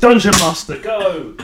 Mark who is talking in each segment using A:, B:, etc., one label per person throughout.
A: Dungeon Master, go!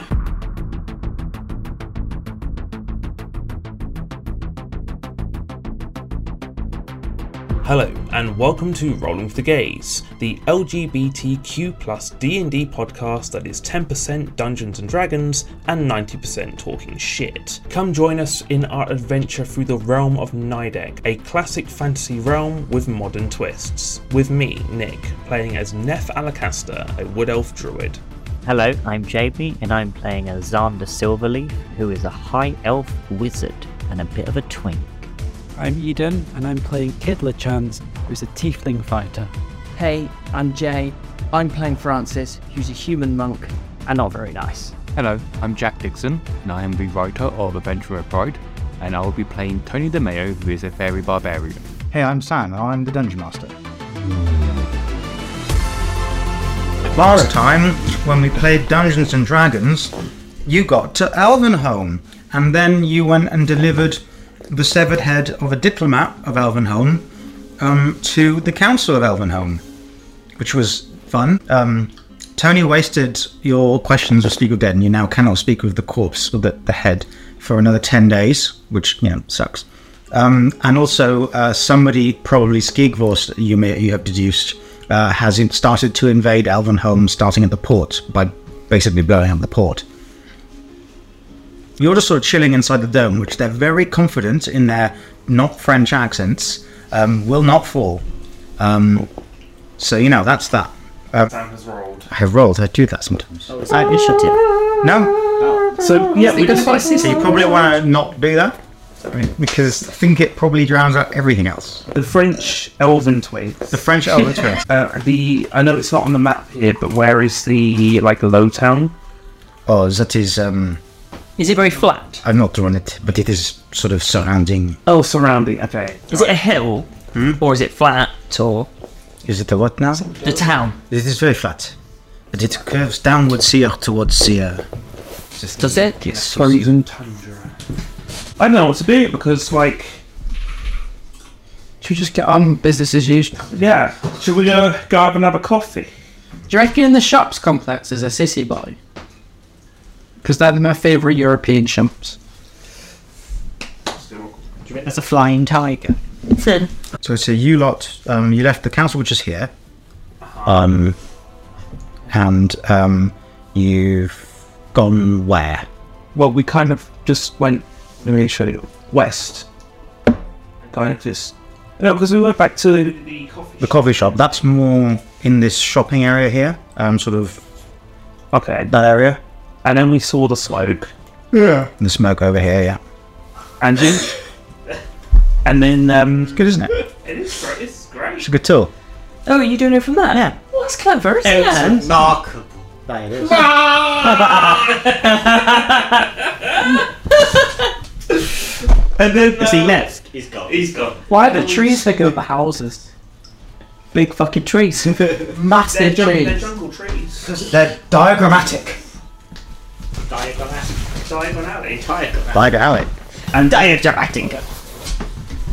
B: Hello and welcome to Rolling with the Gaze, the LGBTQ plus D&D podcast that is 10% Dungeons and Dragons and 90% talking shit. Come join us in our adventure through the realm of Nidec, a classic fantasy realm with modern twists. With me, Nick, playing as Nef Alacaster, a wood elf druid.
C: Hello, I'm JB, and I'm playing a Xander Silverleaf, who is a high elf wizard and a bit of a twink.
D: I'm Eden, and I'm playing Kidla Chans, who's a tiefling fighter.
E: Hey, I'm Jay. I'm playing Francis, who's a human monk and not very nice.
F: Hello, I'm Jack Dixon, and I am the writer of Adventure of Pride, and I will be playing Tony DeMeo, who is a fairy barbarian.
G: Hey, I'm Sam, and I'm the Dungeon Master. Hmm. Last time, when we played Dungeons and Dragons, you got to Elvenholm, and then you went and delivered the severed head of a diplomat of Elvenholm um, to the Council of Elvenholm, which was fun. Um, Tony wasted your questions with Speak of Dead, and you now cannot speak with the corpse or the, the head for another 10 days, which, you know, sucks. Um, and also, uh, somebody, probably Skigvors, you may you have deduced, uh, has in- started to invade Elvenholm, starting at the port by basically blowing up the port. You're just sort of chilling inside the dome, which they're very confident in their not French accents um, will not fall. Um, so you know that's that. Um,
B: Sam has rolled.
G: I have rolled. I do that sometimes.
C: It's our initiative.
G: No,
A: So, yeah, we just
G: so you probably want to not do that I mean, because I think it probably drowns out everything else.
A: the French Elven Twigs.
G: The French Elder Twins.
A: Uh, the I know it's not on the map here, but where is the like low town?
G: Oh, that is. Um,
E: Is it very flat?
G: I've not drawn it, but it is sort of surrounding.
A: Oh, surrounding. Okay,
E: Is it a hill?
C: Hmm?
E: Or is it flat? Or
G: Is it a what now?
E: the town?
G: It is very flat, but it curves downwards here towards uh, here.
E: Does it?
G: Yes.
A: frozen tundra. I don't know what to do because like,
D: Should we just get on business as usual?
A: yeah, should we go go have another coffee?
D: Do you reckon the shops complex is a sissy boy? Because they're my favourite European shops.
C: That's a flying tiger.
G: So so you lot, um, you left the council, which is here, um, and um, you've gone where?
A: Well, we kind of just went. Let me show you west. Kind of just no, because we went back to the coffee.
G: The coffee shop. That's more in this shopping area here, um, sort of
A: Okay,
G: that area.
A: and then we saw the smoke.
G: Yeah. And the smoke over here, yeah.
A: and then and then um
G: Good, isn't it?
B: It is great. It's great.
G: It's a good tool.
E: Oh, you're doing it from that?
G: Yeah.
E: Well, that's clever, isn't it?
G: Remarkable. That it is.
A: and then
B: Is he
G: left?
B: Oh, He's gone. He's gone.
D: Why are the trees that go over houses? Big fucking trees. Massive
B: They're
D: trees.
B: jungle trees.
G: They're diagrammatic.
B: Diagon Alley. Diagon Alley.
G: Diagrammatic.
A: and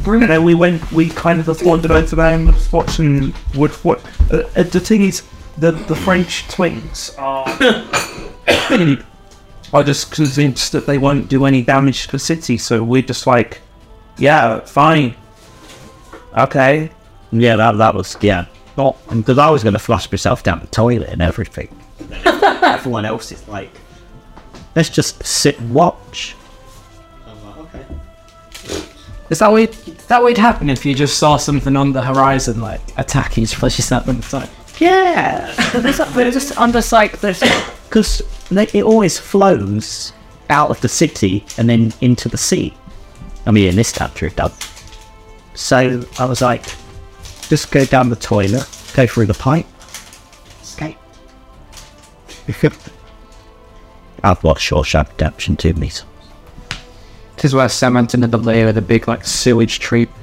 A: and then we went we kind of just wandered over there and was watching wood what uh, uh, the thing is the the french twins are are just convinced that they won't do any damage to the city so we're just like yeah fine okay
H: Yeah, that, that was, yeah. Not, because I was going to flush myself down the toilet and everything. Everyone else is like, let's just sit and watch.
D: Is that what is that would happen if you just saw something on the horizon like attacking just flashes that one side?
H: Yeah,
E: But it's just under like this.
H: because it always flows out of the city and then into the sea. I mean, in this country it does. So I was like, just go down the toilet, go through the pipe, escape. I've watched Shawshank Redemption too many times.
D: This is where Sam went into the layer of the big like sewage tree.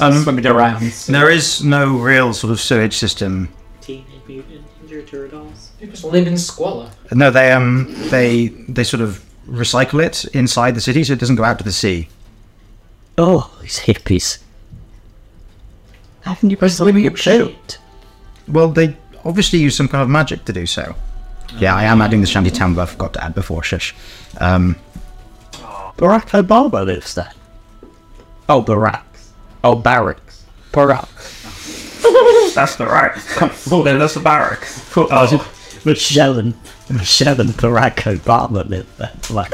D: Um, I remember me around.
G: There is no real sort of sewage system. No, they um they they sort of recycle it inside the city so it doesn't go out to the sea.
H: Oh, these hippies.
D: Haven't you pressed the limit?
G: Well, they obviously use some kind of magic to do so. Yeah, I am adding the shantytown buff. Got to add before shush. Um,
H: Barack Obama lives there. Oh, Barack. Oh, barracks. Barack.
A: That's the right. Oh, then that's the barracks. Cool. Oh.
H: Michelle and, Michelle and Barack Obama live there. Like,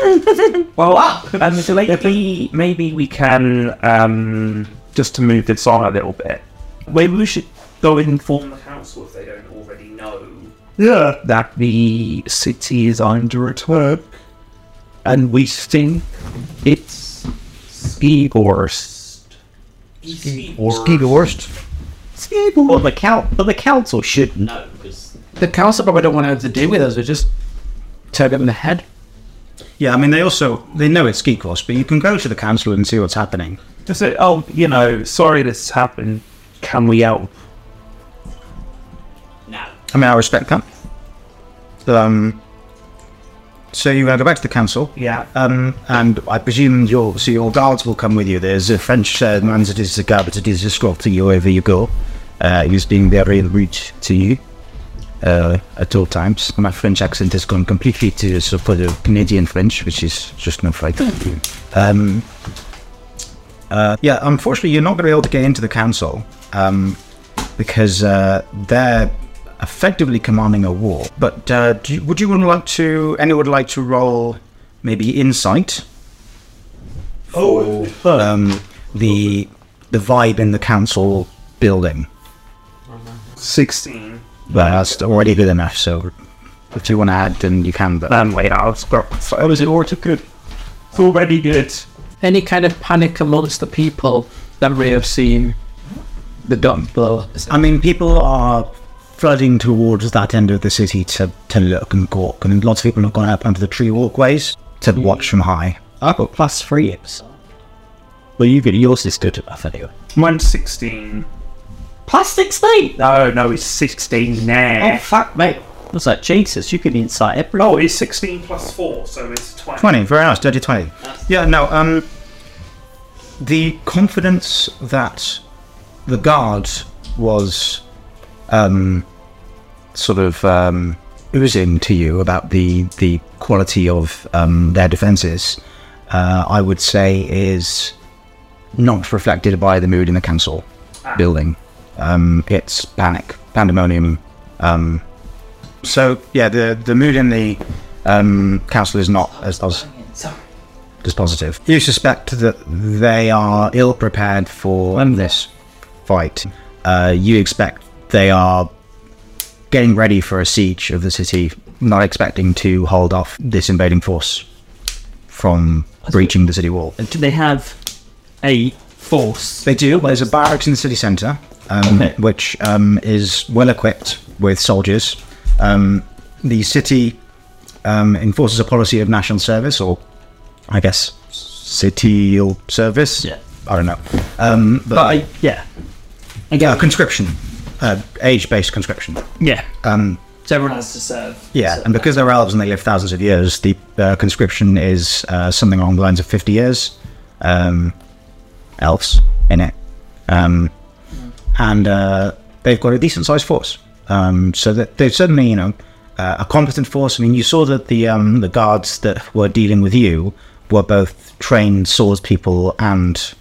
A: Well, um, so maybe, maybe we can um, just to move this on a little bit. Maybe we should go and inform the council if they don't already know. Yeah, that the city is under attack,
H: and we think it's Skigorst.
G: Skigorst.
H: Skigorst. Well, the, coun but the council should know.
D: The council probably don't want to have to deal with us. We just turn them in the head.
G: Yeah, I mean they also they know it's ski course, but you can go to the council and see what's happening.
A: Just say, oh, you know, sorry this happened. Can we help?
G: I mean I respect that. Um, so you're gonna go back to the council.
A: Yeah.
G: Um, and I presume your so your guards will come with you. There's a French uh, man that is a guard that is escorting you wherever you go. Uh, he's being very rude to you uh, at all times. My French accent has gone completely to support of Canadian French, which is just no fright. um, uh, yeah, unfortunately, you're not going to be able to get into the council um, because uh, they're effectively commanding a war. But uh, do you, would you want like to? Anyone would like to roll maybe insight? Oh, um, the the vibe in the council building.
A: Sixteen.
G: But that's already good enough. So if you want to add, then you can. But
A: Um, wait, I'll scrub. It was already good. It's already good.
D: Any kind of panic amongst the people that we have seen the dump blow up.
G: I mean, people are flooding towards that end of the city to, to look and gawk, and lots of people have gone up onto the tree walkways to
A: Mm.
G: watch from high.
H: I've got plus three ips. Well, you could, yours is good enough anyway.
A: Mine's 16.
H: Plus 16!
A: No, no, it's 16 now.
H: Oh, fuck, mate. I was like, Jesus, you could insight it.
A: No, it's 16 plus 4, so it's 20.
G: 20, very nice, dirty 20. Yeah, no, um, the confidence that the guard was, um, sort of, um, oozing to you about the, the quality of, um, their defenses, uh, I would say is not reflected by the mood in the council building. Um, it's panic, pandemonium, um, so yeah, the the mood in the um, council is not as as, as positive. You suspect that they are ill prepared for this fight. Uh, you expect they are getting ready for a siege of the city, not expecting to hold off this invading force from breaching the city wall.
C: Do they have a force?
G: They do. There's a barracks in the city centre, um, which um, is well equipped with soldiers. Um, the city um, enforces a policy of national service, or I guess city service.
C: Yeah.
G: I don't know. Um, but
C: I, yeah.
G: yeah, conscription, uh, age-based conscription.
C: Yeah.
G: Um,
C: So everyone has to serve.
G: yeah, and because they're elves and they live thousands of years, the uh, conscription is uh, something along the lines of 50 years. Um, elves in it. Um, and uh, they've got a decent sized force. Um, so that they're certainly, you know, uh, a competent force. I mean, you saw that the um, the guards that were dealing with you were both trained swordspeople and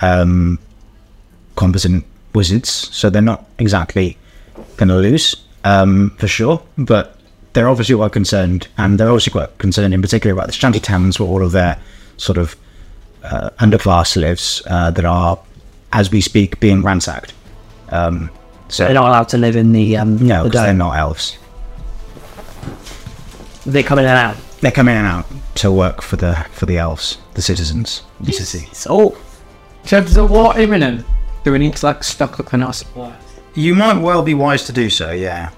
G: um, competent wizards, so they're not exactly going to lose um, for sure. But they're obviously quite concerned, and they're obviously quite concerned in particular about the shanty towns where all of their sort of uh, underclass lives uh, that are, as we speak, being ransacked. Um, so
E: They're not allowed to live in the. Um,
G: no,
E: the
G: 'cause they're
E: dome.
G: not elves.
E: They come in and out.
G: They come in and out to work for the for the elves, the citizens. You see.
D: Oh, so there's a war imminent. Do we need to like stock up on our supplies?
G: You might well be wise to do so. Yeah.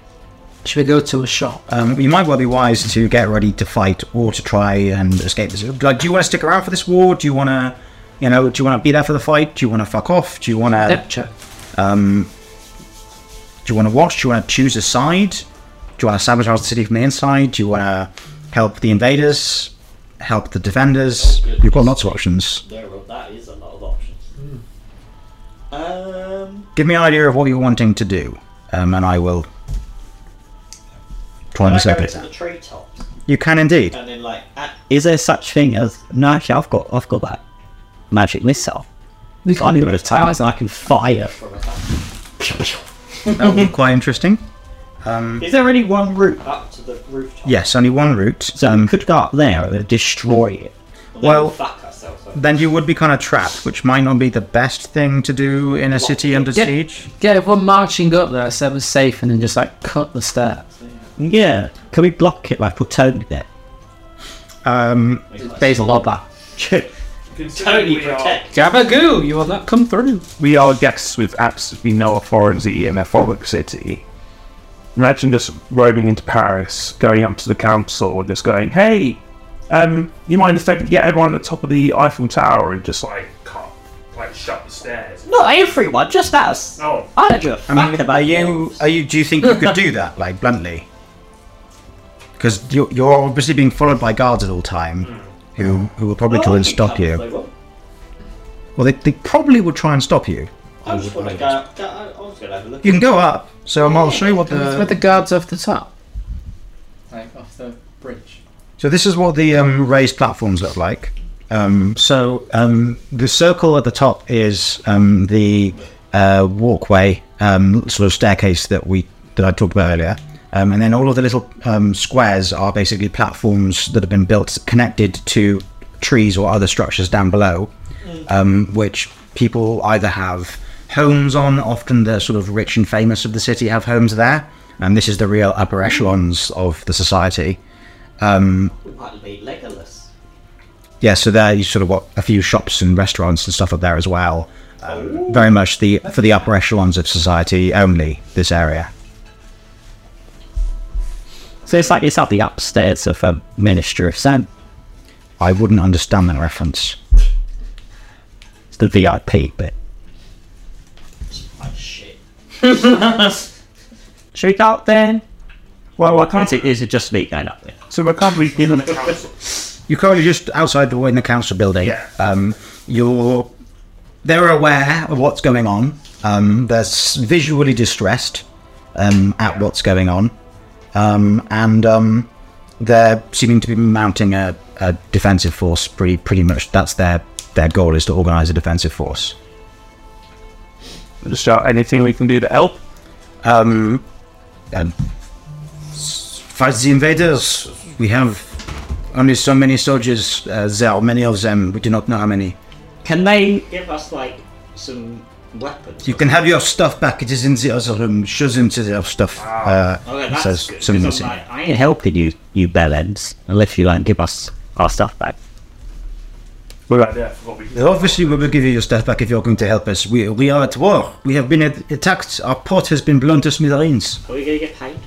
D: Should we go to a shop?
G: Um, you might well be wise to get ready to fight or to try and escape this. Like, do you want to stick around for this war? Do you want to, you know, do you want to be there for the fight? Do you want to fuck off? Do you want to?
D: Check.
G: Do you want to watch? Do you want to choose a side? Do you want to sabotage the city from the inside? Do you want to help the invaders? Help the defenders? You've got lots of options.
I: There, Oh, well, that is a lot of options. Um,
G: Give me an idea of what you're wanting to do, um, and um, I will
H: climbs
I: Can I
H: up
I: go
H: it.
I: into the treetops
G: You can indeed.
I: and then like at
H: Is there such thing as no? Actually, I've got I've got that magic missile. I'm going to towers and I can fire.
G: That would be quite interesting.
H: Is there only one route?
I: up to the rooftop.
G: Yes, only one route. Um,
H: So we could go up there and destroy it.
I: then
G: well-
I: we'll fuck ourselves. Over.
G: Then you would be kind of trapped, which might not be the best thing to do in a city under
D: Yeah.
G: siege.
D: Yeah, if we're marching up there, so we're safe, and then just like cut the stairs.
H: Yeah. Can we block it by plutonium there?
G: Um,
D: There's a lot of that.
I: Tony protect.
D: Gabagoo, you will not come through.
A: We are guests with absolutely no authority in a foreign city. Imagine just roaming into Paris, going up to the council, and just going, "Hey, um, you mind if I could get everyone at the top of the Eiffel Tower and just like cut, like shut the stairs?"
H: Not everyone, just us.
A: Oh,
H: I don't give a
G: I mean,
H: fuck about you.
G: are you? Do you think you could do that, like bluntly? Because you're, you're obviously being followed by guards at all time, who
I: Hmm.
G: who will probably try and stop you.
I: They will.
G: Well, they, they probably will try and stop you.
I: I just want to go. up- go- I I was going to have a look. Uh,
G: You can go up. So um, I'll show you what
D: That's where
G: the.
D: the guards off the top. Like off the bridge.
G: So this is what the um, raised platforms look like. Um, so um, the circle at the top is um, the uh, walkway, um, sort of staircase that we that I talked about earlier, um, and then all of the little um, squares are basically platforms that have been built connected to trees or other structures down below, um, which people either have homes on. Often the sort of rich and famous of the city have homes there, and this is the real upper echelons of the society.
I: We might be Legolas.
G: Yeah, so there you sort of what a few shops and restaurants and stuff up there as well. Um, very much the for the upper echelons of society only. This area.
H: So it's like it's up the upstairs of a Minister of Sam.
G: I wouldn't understand that reference.
H: It's the VIP bit.
I: Like shit.
H: Should we go up then? Well, I can't. Is it, is it just me going up there?
A: so I can't read in the council.
G: You're currently just outside the in the council building.
A: Yeah.
G: Um, you're they're aware of what's going on. Um, they're s- visually distressed um, at what's going on, um, and um, they're seeming to be mounting a, a defensive force. Pretty pretty much that's their their goal is to organise a defensive force.
A: Just shout anything we can do to help.
G: Um, and fight the invaders. We have only so many soldiers. Uh, there are many of them. We do not know how many.
H: Can they?
I: Give us like some weapons.
G: You can have your stuff back. It is in the other room. Show them to their stuff. Uh,
I: Okay, that's
G: says
I: good. 'cause
G: something
I: I'm
G: missing.
I: like, I
H: I ain't
I: ain't
H: helping you, you bellends, unless you like give us our stuff back.
A: We're right there. I forgot we-
G: Obviously, we will give you your stuff back if you're going to help us. We, we are at war. We have been at- attacked. Our port has been blown to smithereens.
I: Are we going to get paid?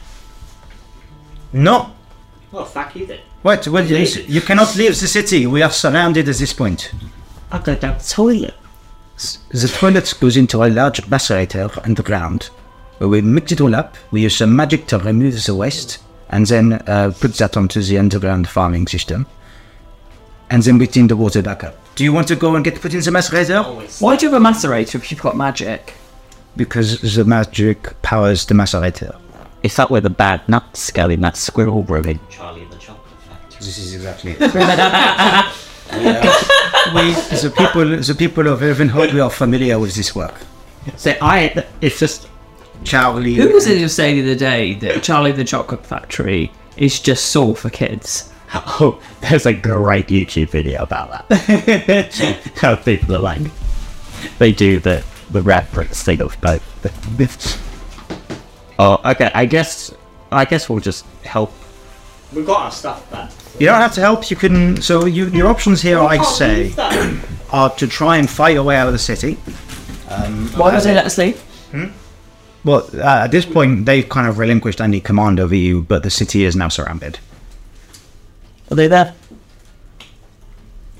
G: No.
I: Well, fuck you then.
G: Wait, what is You cannot leave the city. We are surrounded at this point.
H: I'll go down the toilet.
G: The toilet goes into a large macerator underground. We mix it all up, we use some magic to remove the waste, and then uh, put that onto the underground farming system. And then we clean the water back up. Do you want to go and get put in the macerator?
E: Why do you have a macerator if you've got magic?
G: Because the magic powers the macerator.
H: Is that where the bad nuts go in that squirrel brewing?
I: Charlie and the Chocolate Factory.
G: This is exactly it. we, the people, the people of Elvenhood, we are familiar with this work.
H: So I, it's just
G: Charlie.
E: Who was it who said the other day that Charlie and the Chocolate Factory is just saw for kids?
H: oh, there's a great YouTube video about that. How people are like, they do the the reference thing of both. oh, okay. I guess I guess we'll just help.
I: We've got our stuff back.
G: You don't have to help. You can. So you, your options here,
E: Oh,
G: I'd say, are to try and fight your way out of the city.
E: Why would they let us leave?
G: Well, uh, at this point, they've kind of relinquished any command over you, but the city is now surrounded.
H: Are they there?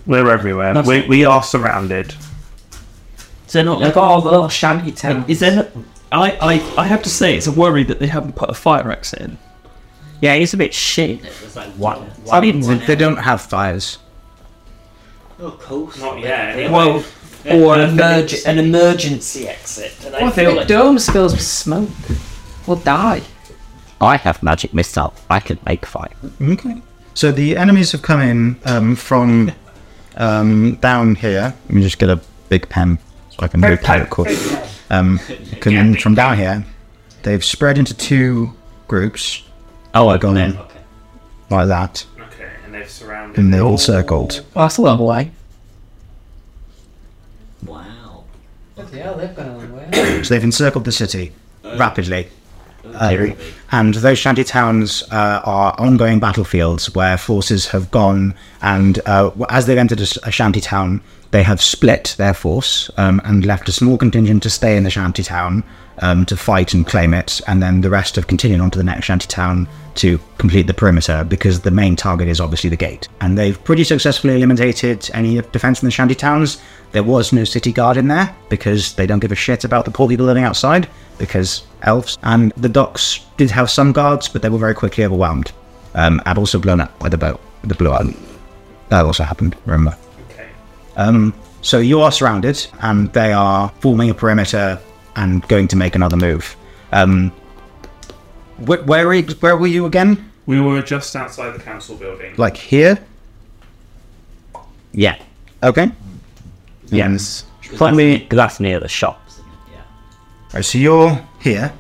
A: We're everywhere. We, we are surrounded.
E: Is there not
D: They've
E: like
D: got all the little shanty towns.
E: is there I, I I have to say it's a worry that they haven't put a fire exit in.
H: Yeah, it's a bit shit.
I: It's like one.
G: I mean, Um, they don't have fires.
I: Oh, cool.
B: Not yet.
E: Well or an, emerg- an emergency
I: exit. And
E: What if the dome spills with smoke? We'll die.
H: I have magic missile. I can make fire.
G: Okay. So the enemies have come in um, from um, down here. Let me just get a big pen so I can move that, of course. Um, come in from down here. They've spread into two groups.
H: Oh,
G: They're
H: I've
G: going
H: gone
G: in
H: in.
G: like that,
B: Okay, and they've surrounded.
G: and they're all circled.
D: Well, that's a long way.
I: Wow.
G: So they've encircled the city rapidly.
H: Very-
G: Uh, And those shanty towns uh, are ongoing battlefields where forces have gone, and uh, w- as they've entered a, s- a shanty town, they have split their force um, and left a small contingent to stay in the shanty town um, to fight and claim it, and then the rest have continued on to the next shanty town to complete the perimeter because the main target is obviously the gate. And they've pretty successfully eliminated any defense in the shanty towns. There was no city guard in there because they don't give a shit about the poor people living outside because elves. And the docks did have some guards, but they were very quickly overwhelmed. Um, and also blown up by the boat, the blowout. That also happened, remember.
B: Okay.
G: Um, so you are surrounded, and they are forming a perimeter and going to make another move. Um, wh- where, e- where were you again?
B: We were just outside the council building.
G: Like here?
H: Yeah.
G: Okay.
H: Yes.
C: Mm.
H: Probably that's near the shops.
G: Right, so you're here,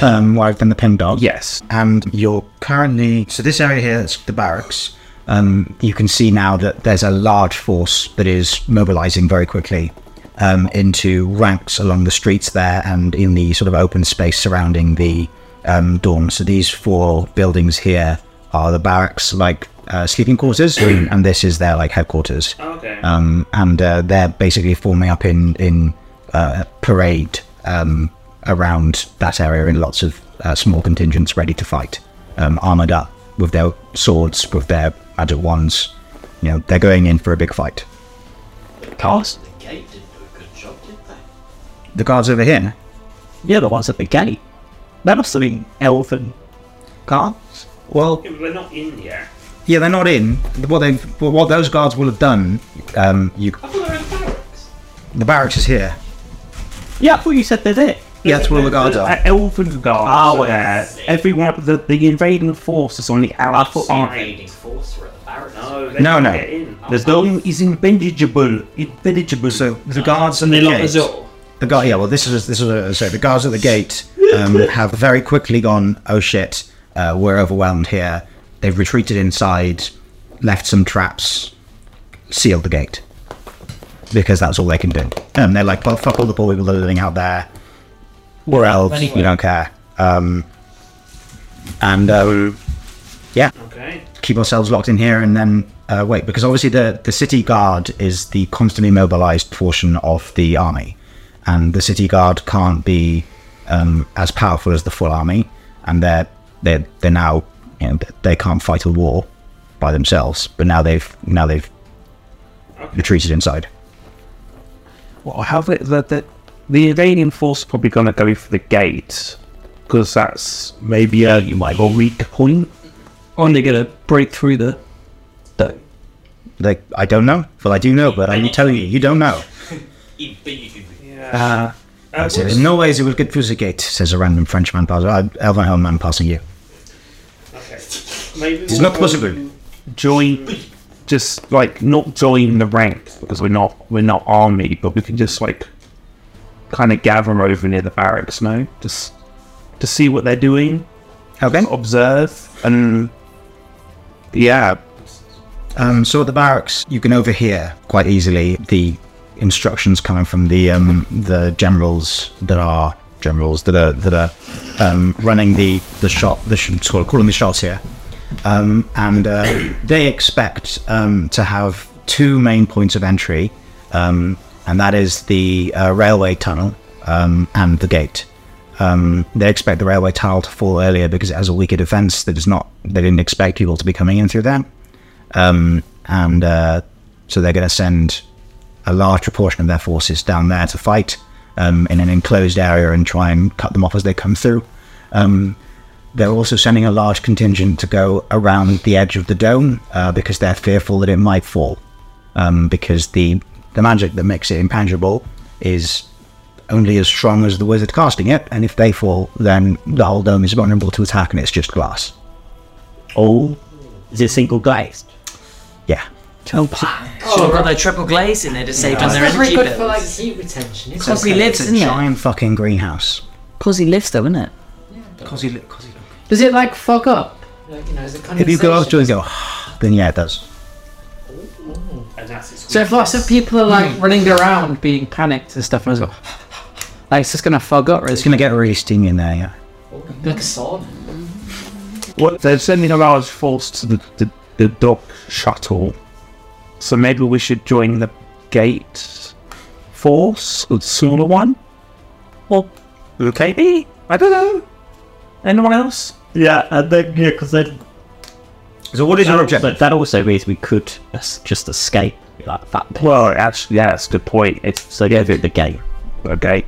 G: um, where I've done the pin dog.
A: Yes.
G: and you're currently so this area here is the barracks um, you can see now that there's a large force that is mobilizing very quickly um, into ranks along the streets there and in the sort of open space surrounding the um, dorm so these four buildings here are the barracks like uh, sleeping quarters and this is their like headquarters
B: Okay.
G: um, and uh, they're basically forming up in in uh, parade um, around that area in lots of uh, small contingents ready to fight, um, armored up with their swords, with their magic wands. You know, they're going in for a big fight.
H: Cars?
I: The gate didn't do a good job, did they?
G: The guards over here.
H: Yeah, the ones at the gate. That must have been elven cars.
G: Well,
B: Yeah, but we're not in yet.
G: yeah, they're not in. What they what those guards will have done, um, you
B: I thought they were in the barracks.
G: the barracks is here.
H: Yeah, I thought you said they're there.
G: Yeah, that's where the guards are. Ah,
A: Uh, Elven guards.
H: Oh,
A: are there. Everyone, the, the invading force is on the outside.
I: Invading force were at the barracks.
B: No, they
G: No,
B: can't
G: no.
B: Get in.
A: The building is impenetrable. Impenetrable.
G: So the guards Ah. and the gate. The guard, yeah. Well, this is this is uh, sorry. The guards at the gate um, have very quickly gone. Oh shit, uh, we're overwhelmed here. They've retreated inside, left some traps, sealed the gate because that's all they can do. Um, they're like, well, fuck all the poor people that are living out there. We're elves. We don't care. Um, and um, yeah,
B: Okay.
G: keep ourselves locked in here and then uh, wait because obviously the the city guard is the constantly mobilized portion of the army and the city guard can't be um, as powerful as the full army and they're they're they're now you know, they can't fight a war by themselves but now they've now they've retreated inside
A: Well, how the the, the, the invading force is probably going to go for the gate because that's maybe a you might well weak point.
E: Only gonna break through the.
G: like i don't know well i do know but i'm telling you you don't know
B: Uh,
G: So in no ways it will get through the gate says a random french man passing uh, elven home man passing you
B: okay. Maybe
G: it's not possible
A: Join, just like not join the ranks because we're not we're not army, but we can just like kind of gather over near the barracks. No, just to see what they're doing,
G: okay
A: observe, and yeah,
G: Um, so at the barracks, you can overhear quite easily the instructions coming from the um, the generals that are generals that are that are um, running the the shot. The sh- sort of calling the shots here, um, and uh, they expect um, to have two main points of entry, um, and that is the uh, railway tunnel um, and the gate. Um, they expect the railway tunnel to fall earlier because it has a weaker defense that is not. They didn't expect people to be coming in through there and uh, so they're going to send a large proportion of their forces down there to fight um, in an enclosed area and try and cut them off as they come through. Um, they're also sending a large contingent to go around the edge of the dome uh, because they're fearful that it might fall. Um, because the the magic that makes it impenetrable is only as strong as the wizard casting it, and if they fall, then the whole dome is vulnerable to attack and it's just glass.
H: All is it single glazed?
G: Yeah.
J: Oh, got their triple glaze in there to save on their
K: That's
J: energy
K: very good for
J: bills.
K: like heat retention. It's
J: Cosby lives,
G: it's
J: isn't
G: a
J: it?
G: giant fucking greenhouse.
K: Cosy lives though, isn't it?
G: Cosy, li- cosy.
D: Does it like fog up?
K: Like, you know, it's a
G: If you
K: condensation.
G: go up to it and go, then yeah, it does.
B: And that's its
D: So if lots of people are
K: Hmm.
D: like running around being panicked and stuff, and it's go, like it's just gonna fog up.
G: It's gonna get really steamy in there, yeah.
K: Like a sauna.
A: Well, they're sending a large force to the, the, the dock shuttle. So maybe we should join the gate force, the smaller one? Well, okay, me? I don't know. Anyone else?
H: Yeah, and then yeah, because then
G: So what is
A: Uh,
G: your
H: But
G: objective?
H: that also means we could es- just escape like that.
A: Well, actually, yeah, that's a good point. It's
H: So yeah, the gate.
A: okay.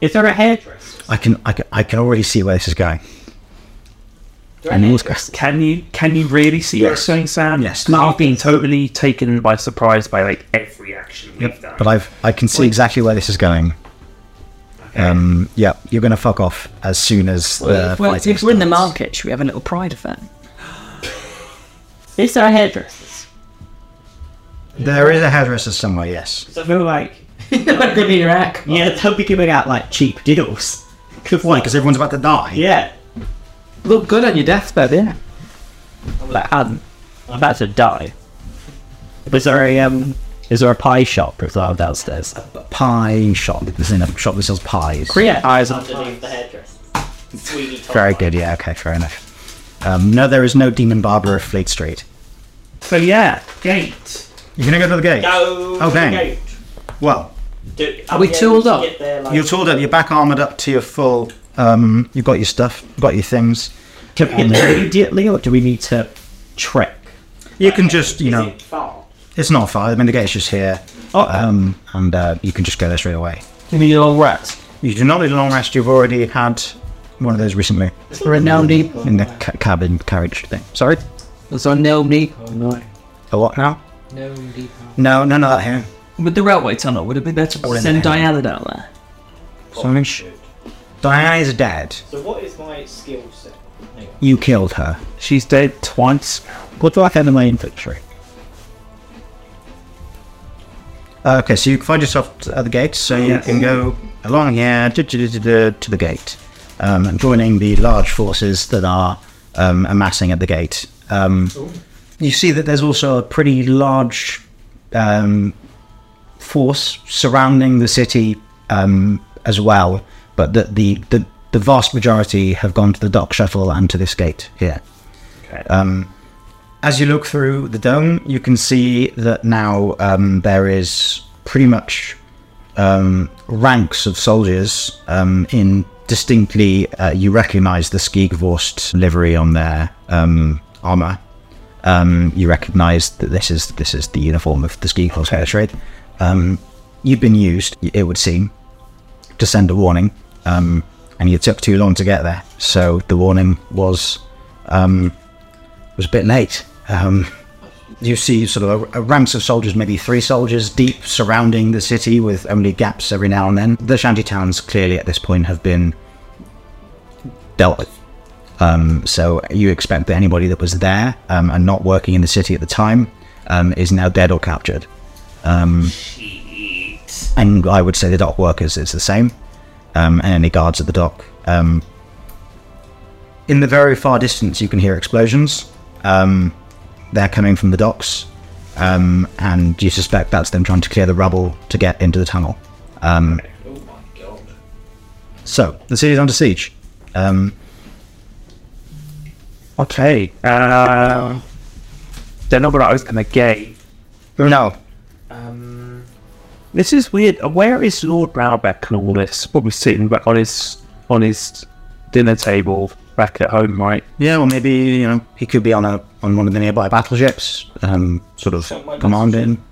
H: Is there a hairdresser?
G: I can, I can, I can already see where this is going.
H: And he's
A: Can you can you really see what
G: Yes.
A: what's going, Sam?
G: Yes.
A: No, I've been totally taken by surprise by like every action we've done.
G: But I've, I can see exactly where this is going. Um, yeah, you're gonna fuck off as soon as the
E: Well,
G: fighting
E: if we're in the
G: starts.
E: market, should we have a little pride affair?
H: Is there a hairdresser?
G: There is a hairdresser somewhere, yes.
H: I feel like
D: Not good in your act.
H: yeah, they'll be giving out like cheap deals. Good
G: Why?
H: one.
G: Because everyone's about to die.
H: Yeah,
D: Look good on your deathbed, yeah.
H: like I'm, I'm about to die. Is there a um? Is there a pie shop for example downstairs?
G: Pie shop. There's in a shop that sells pies.
H: Yeah, eyes
C: Underneath the hairdresser. Sweetie Todd.
G: Very good. Yeah. Okay. Fair enough. Um, no, there is no demon barber of Fleet Street.
A: so yeah, gate.
G: You're gonna go to the gate.
C: Go
G: Oh,
C: to
G: dang.
C: the gate.
G: Well,
C: Do,
D: Are we
C: yeah,
D: tooled
C: you
D: up?
C: get there, like-
G: you're tooled up. You're back armored up to your full. Um, you've got your stuff. You've got your things.
H: Can we get there immediately, or do we need to trek?
G: You can just, you
C: Is
G: know,
C: it far?
G: it's not far. I mean, the gate's just here. Oh, um, and uh, you can just go there straight away.
D: Give me a little rats.
G: You do not need a long rest. You've already had one of those recently
D: Renowned evil.
G: in the ca- cabin carriage thing. Sorry.
D: It's on no knee.
G: A what now?
K: No depot.
G: No, none of that here.
E: With the railway tunnel, would it be better to
G: in
E: send
G: there.
E: Diana down there?
G: Something. Sh- Diana is dead.
C: So what is my skill set? Hang on.
G: You killed her.
A: She's dead twice.
G: What do I have in my inventory? Uh, okay, so you find yourself t- at the gate, so you can go along here to, to, to, to, to the gate, um, and joining the large forces that are um, amassing at the gate. Um, you see that there's also a pretty large um, force surrounding the city um, as well, but the, the, the, the vast majority have gone to the dock shuttle and to this gate here. As you look through the dome, you can see that now um, there is pretty much um, ranks of soldiers um, in distinctly. Uh, you recognise the Skeegvorst livery on their um, armour. Um, you recognise that this is this is the uniform of the Skeegvorst Trade. Um, you've been used, it would seem, to send a warning, um, and you took too long to get there. So the warning was was a bit late. Um, you see sort of a, a ranks of soldiers, maybe three soldiers deep, surrounding the city with only gaps every now and then. The shanty towns clearly at this point have been dealt with. Um, so you expect that anybody that was there um, and not working in the city at the time um, is now dead or captured. Um, and I would say the dock workers is the same, um, and any guards at the dock. Um, in the very far distance, you can hear explosions. Um, they're coming from the docks, um, and you suspect that's them trying to clear the rubble to get into the tunnel. Um, So the city's under siege. Um,
A: Okay. Uh, they're not gonna open the gate.
G: no,
A: This is weird. Where is Lord Browback and all this? Probably sitting back on his on his dinner table back at home, right?
G: yeah, well maybe you know he could be on a on one of the nearby battleships, um, sort of commanding.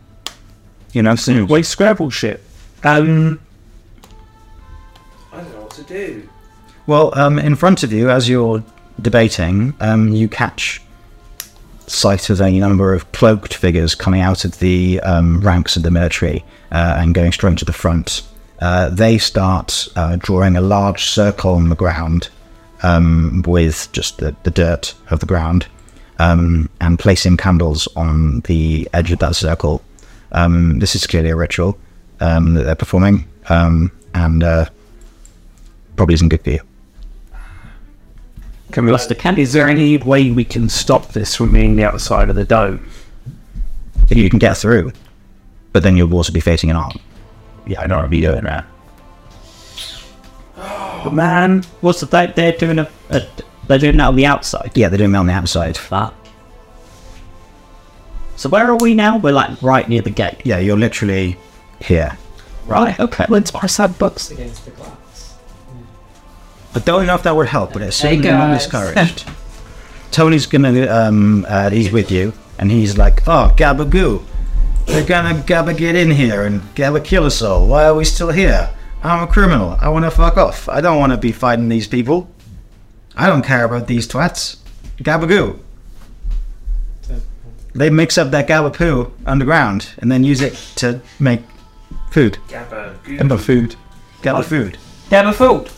G: You know, soon.
A: Wait, Scrabble shit. Um, I don't know what to do.
G: Well, um, in front of you, as you're debating, um, you catch sight of a number of cloaked figures coming out of the um, ranks of the military uh, and going straight to the front. uh, they start uh, drawing a large circle on the ground um, with just the, the dirt of the ground um, and placing candles on the edge of that circle. Um, this is clearly a ritual um, that they're performing um, and uh, probably isn't good for you.
A: Can we Is there any way we can stop this from being the outside of the dome?
G: You can get through, but then you'll also be facing an arm. Yeah, I know what I'd be doing, man.
H: But
A: Um,
H: man, what's the they they're doing a, a they're doing that on the outside.
G: Yeah, they're doing that on the outside.
H: Fuck. So where are we now? We're like right near the gate.
G: Yeah, you're literally here.
H: Right. Okay. Let's press that books
K: against the glass.
G: I don't know if that would help, but it's
K: Hey,
G: certainly not
K: guys.
G: discouraged. Tony's gonna, um, uh, he's with you, and he's like, oh, Gabagoo, they're gonna Gabba get in here and Gabba kill us all. Why are we still here? I'm a criminal. I wanna fuck off. I don't wanna be fighting these people. I don't care about these twats. Gabagoo. They mix up that Gabba poo underground and then use it to make food.
A: Gabba
G: Gabba food. Gabba food.
A: Gabba food.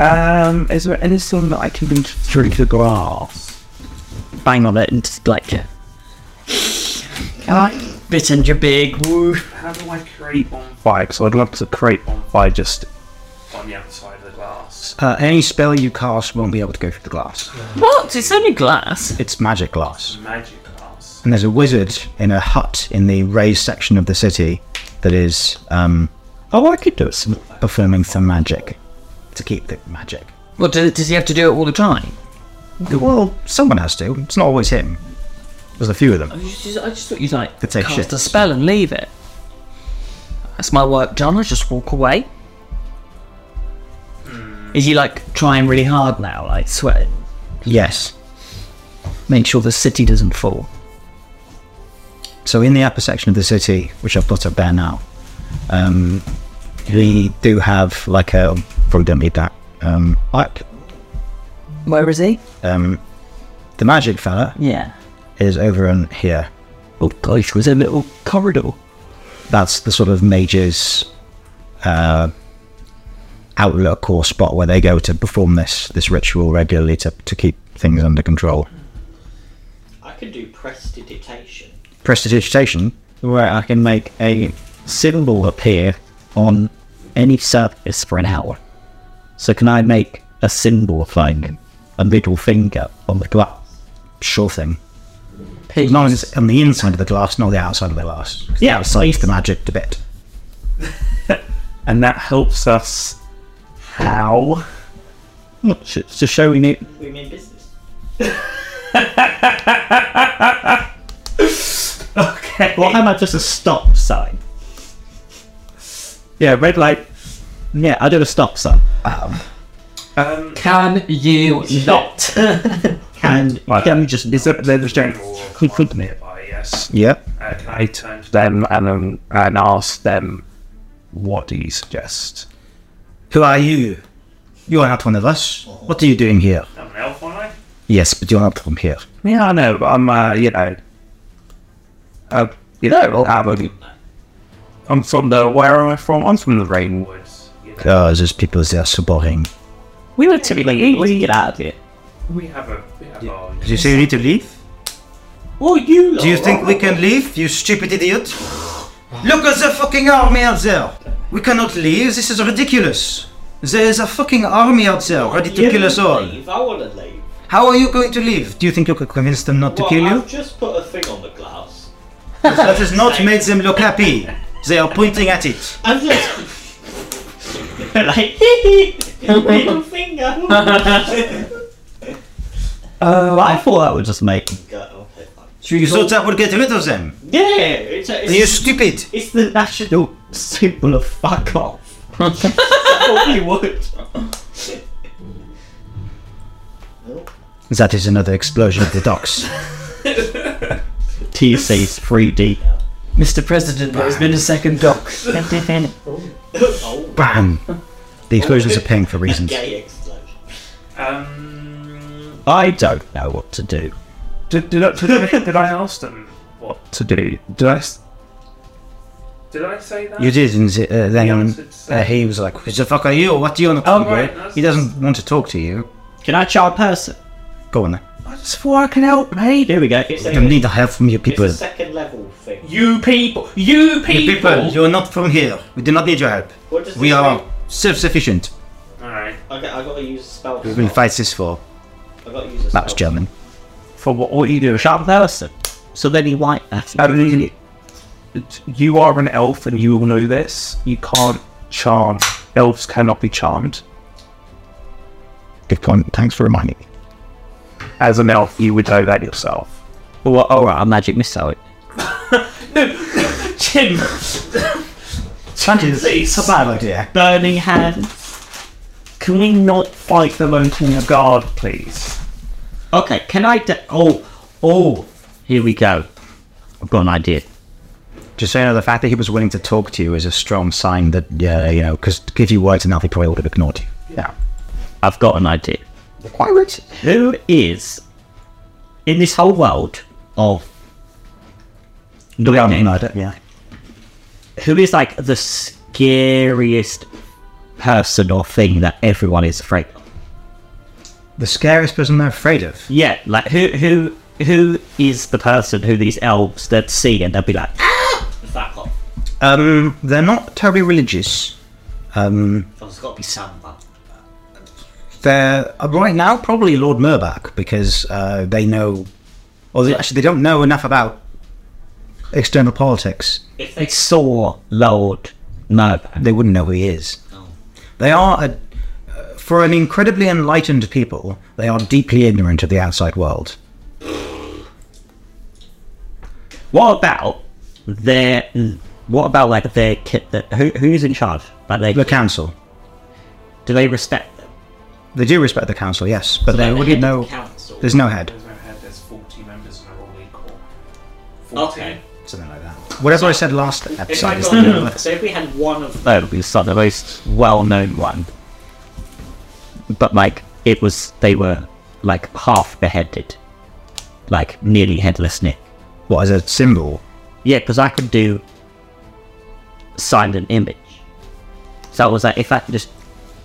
A: Um, is there anything that I can do to drink the glass?
H: Bang on it and just like
J: Bit and your big woo.
A: How do I create bonfire? Because I'd love to create bonfire just on the outside of the glass.
G: Uh, any spell you cast won't be able to go through the glass.
J: What? It's only glass.
G: It's magic glass.
A: Magic glass.
G: And there's a wizard in a hut in the raised section of the city that is, um, oh, I could do it. Performing some magic to keep the magic.
J: What do, does he have to do it all the time?
G: Well, someone has to. It's not always him. There's a few of
J: I
G: them.
J: just, I just thought you'd like
G: Could say
J: cast
G: shit.
J: a spell and leave it. That's my work done. I just walk away. Hmm. Is he like trying really hard now, like sweating?
G: Yes.
J: Make sure the city doesn't fall.
G: So in the upper section of the city, which I've put up there now, um, we do have like a probably don't need that. Um, I,
E: Where is he?
G: um, the magic fella
E: Yeah.
G: is over in here.
H: oh gosh, was there a little corridor.
G: that's the sort of majors uh, outlook or spot where they go to perform this this ritual regularly to, to keep things under control.
I: I can do prestidigitation.
G: Prestidigitation,
H: where I can make a symbol appear on any surface for an hour. So can I make a symbol of like a middle finger on the glass?
G: sure thing. As long as it's on the inside of the glass, not the outside of the glass. 'Cause the
H: Yeah,
G: outside's the magic a bit.
A: And that helps us. How?
H: oh, It's just showing it.
I: We mean business.
A: Okay.
H: Well, how about just a stop sign? Yeah, red light. Yeah, I do a stop sign.
A: Um,
K: Can you not?
H: And can you just
A: is there, there's general one nearby? Yes.
G: Yep.
A: Uh, can I turn to them and um, and ask them what do you suggest?
G: Who are you? You are not one of us. What are you doing here?
A: I'm an elf, aren't I?
G: Yes, but you're not from here.
A: Yeah, I know. But I'm, uh, you know, uh, you know, I'm, a, I'm from the. Where am I from? I'm from the Rainwoods. You know,
G: Oh, those people, they are so boring.
H: We were typically easy. Get out of here.
A: we have a. We have
B: Oh,
A: our.
G: Do you say we need to leave?
H: Oh, you.
G: Do you think we can leave, you stupid idiot? Look at the fucking army out there! We cannot leave, this is ridiculous! There is a fucking army out there ready to kill us all!
I: Leave. I want to leave.
G: How are you going to leave? Do you think you could convince them not to
I: well,
G: kill you?
I: I've just put a thing on the glass.
G: That has not made them look happy! They are pointing at it!
I: I'm just
H: like,
I: middle finger.
H: oh, Uh, I thought that would just make.
G: You thought that would get rid of them?
I: Yeah, it's, a,
G: You
I: it's,
G: stupid!
H: It's the national symbol of fuck off.
I: you would.
G: That is another explosion of the docks.
H: TC's 3D.
J: Mr. President, there's been a second doc.
I: oh,
G: Bam! The explosions are paying for reasons.
I: gay explosion.
A: Um,
H: I don't know what to do.
A: did, did, I, did, I- did I ask them what to do? Did I? s-
B: Did I say that?
G: You didn't. Uh, then uh, he was like, "Who the fuck are you? What do you want to talk
B: right,
G: with?" He doesn't want to talk to you.
H: Can I try a person?
G: Go on. Then.
H: I just thought I can help, mate. There we go.
G: I don't need help from you people.
I: Second level thing.
B: You people. You
G: You people, you are not from here. We do not need your help.
I: What does
G: We
I: this
G: are self-sufficient.
B: Alright.
I: Okay, I gotta use a spell.
G: We've been fighting this for.
I: I gotta use a spell.
G: That was German.
H: For what, what you do? Sharp person. So then he white that.
A: I mean, it- you are an elf and you will know this. You can't charm. Elves cannot be charmed.
G: Good point. Thanks for reminding me.
A: As an elf, you would know that yourself.
H: Oh, Well, all right, a magic missile. it.
B: Jim.
G: That is a bad idea.
H: Burning hands. Can we not fight the Montagne Guard, please? Okay, can I? De- oh, oh, here we go. I've got an idea.
G: Just so you know, the fact that he was willing to talk to you is a strong sign that, yeah, you know, because if you were to now, he probably would have ignored you.
H: Yeah. I've got an idea. Pirate? Who is in this whole world of the
G: murder? Yeah.
H: Who is like the scariest person or thing that everyone is afraid of?
G: The scariest person they're afraid of.
H: Yeah, like who who who is the person who these elves that see and they'll be like,
I: Fuck off.
G: Um, they're not terribly religious. Um,
I: Oh, it's gotta be Samba.
G: they're uh, right now probably Lord Murdoch because uh, they know, or they, actually they don't know enough about external politics.
I: If
H: they saw Lord Murdoch,
G: they wouldn't know who he is. They are a, uh, for an incredibly enlightened people. They are deeply ignorant of the outside world.
H: what about their what about like their kid that who who's in charge? Like their
G: The council.
H: Do they respect them?
G: They do respect the council, yes, but they wouldn't know. There's no head.
B: There's no head. There's 40 members and they're all equal.
I: Okay.
G: Something like that. Whatever I said last
I: If
G: episode
I: I
G: is
I: got, so if we had one of
H: that would be sort of the most well-known one. But like it was, they were like half beheaded, like nearly headless Nick.
G: What as a symbol?
H: Yeah, because I could do silent image. So I was like, if I could just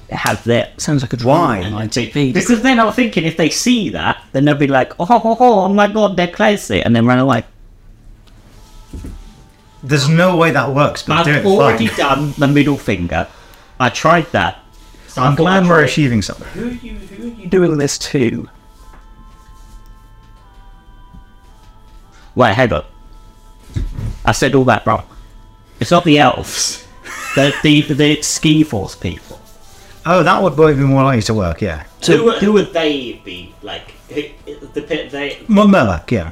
H: have that.
G: Sounds like a drawing.
H: Because then I'm thinking, if they see that, then they'll be like, oh, oh, oh my god, they're crazy, and then run away.
G: There's no way that works, but
H: I've
G: do it
H: already
G: fine.
H: done the middle finger. I tried that.
G: I'm glad we're achieving something.
B: Who are you, who are you
A: doing this to?
H: Wait, hang on. I said all that wrong. It's not the elves. the, the, the ski force people.
G: Oh, that would be more likely to work, yeah.
I: who, would- who would they be like? Who, the pit they
G: Well, Murloc, yeah.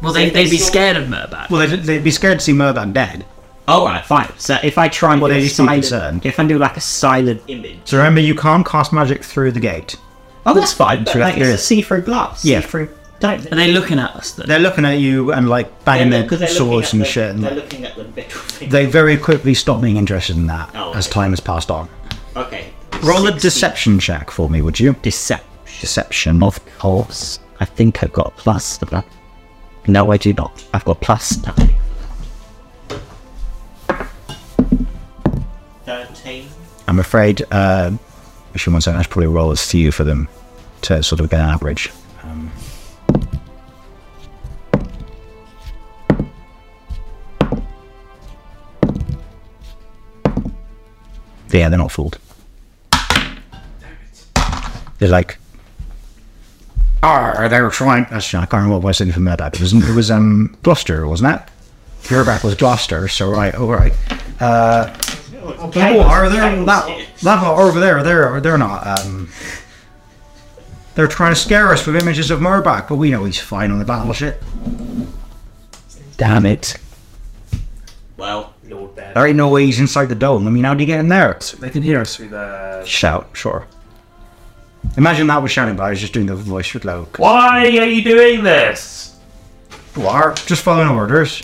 I: Well, they- they'd be scared
H: of Murdoch.
G: Well, they'd, they'd be scared to see Murdoch dead.
H: Alright, fine. So if I try and
G: Well,
H: do a
G: they'd be
H: silent-
G: concerned.
H: If I do like a silent
I: image.
G: So remember, you can't cast magic through the gate.
H: Oh, that's fine.
G: Through that area.
H: see through glass.
G: Yeah.
H: See-through. Don't.
J: Are they looking at us?
G: They're looking at you and like banging their swords and shit. And
I: They're
G: like-
I: looking at the middle thing.
G: they very quickly stop being interested in that
I: Oh,
G: as time has passed on.
I: Okay.
G: Roll a deception check for me, would you?
H: Deception.
G: Deception.
H: Of course. I think I've got a plus to that. No, I do not. I've got plus nine.
I: Thirteen.
G: I'm afraid. Uh, if you want to, I should probably roll a few for them to sort of get an average. Um, yeah, they're not fooled. They're like, ah, they were trying. Actually, I can't remember what I said for Murdoch. It was, it was um, Gloucester, wasn't it? Murdoch was Gloucester, so right, all right. Uh,
I: Okay.
G: Oh, are there that, that lot over there? They're they're not. Um, they're trying to scare us with images of Murdoch, but we know he's fine on the battleship.
H: Damn it!
I: Well, Lord Bear.
G: There ain't no way he's inside the dome. I mean, how do you get in there?
A: They can hear us through the.
G: Shout, sure. Imagine that was shouting, but I was just doing the voice with low.
B: Why are you doing this?
G: You are just following orders.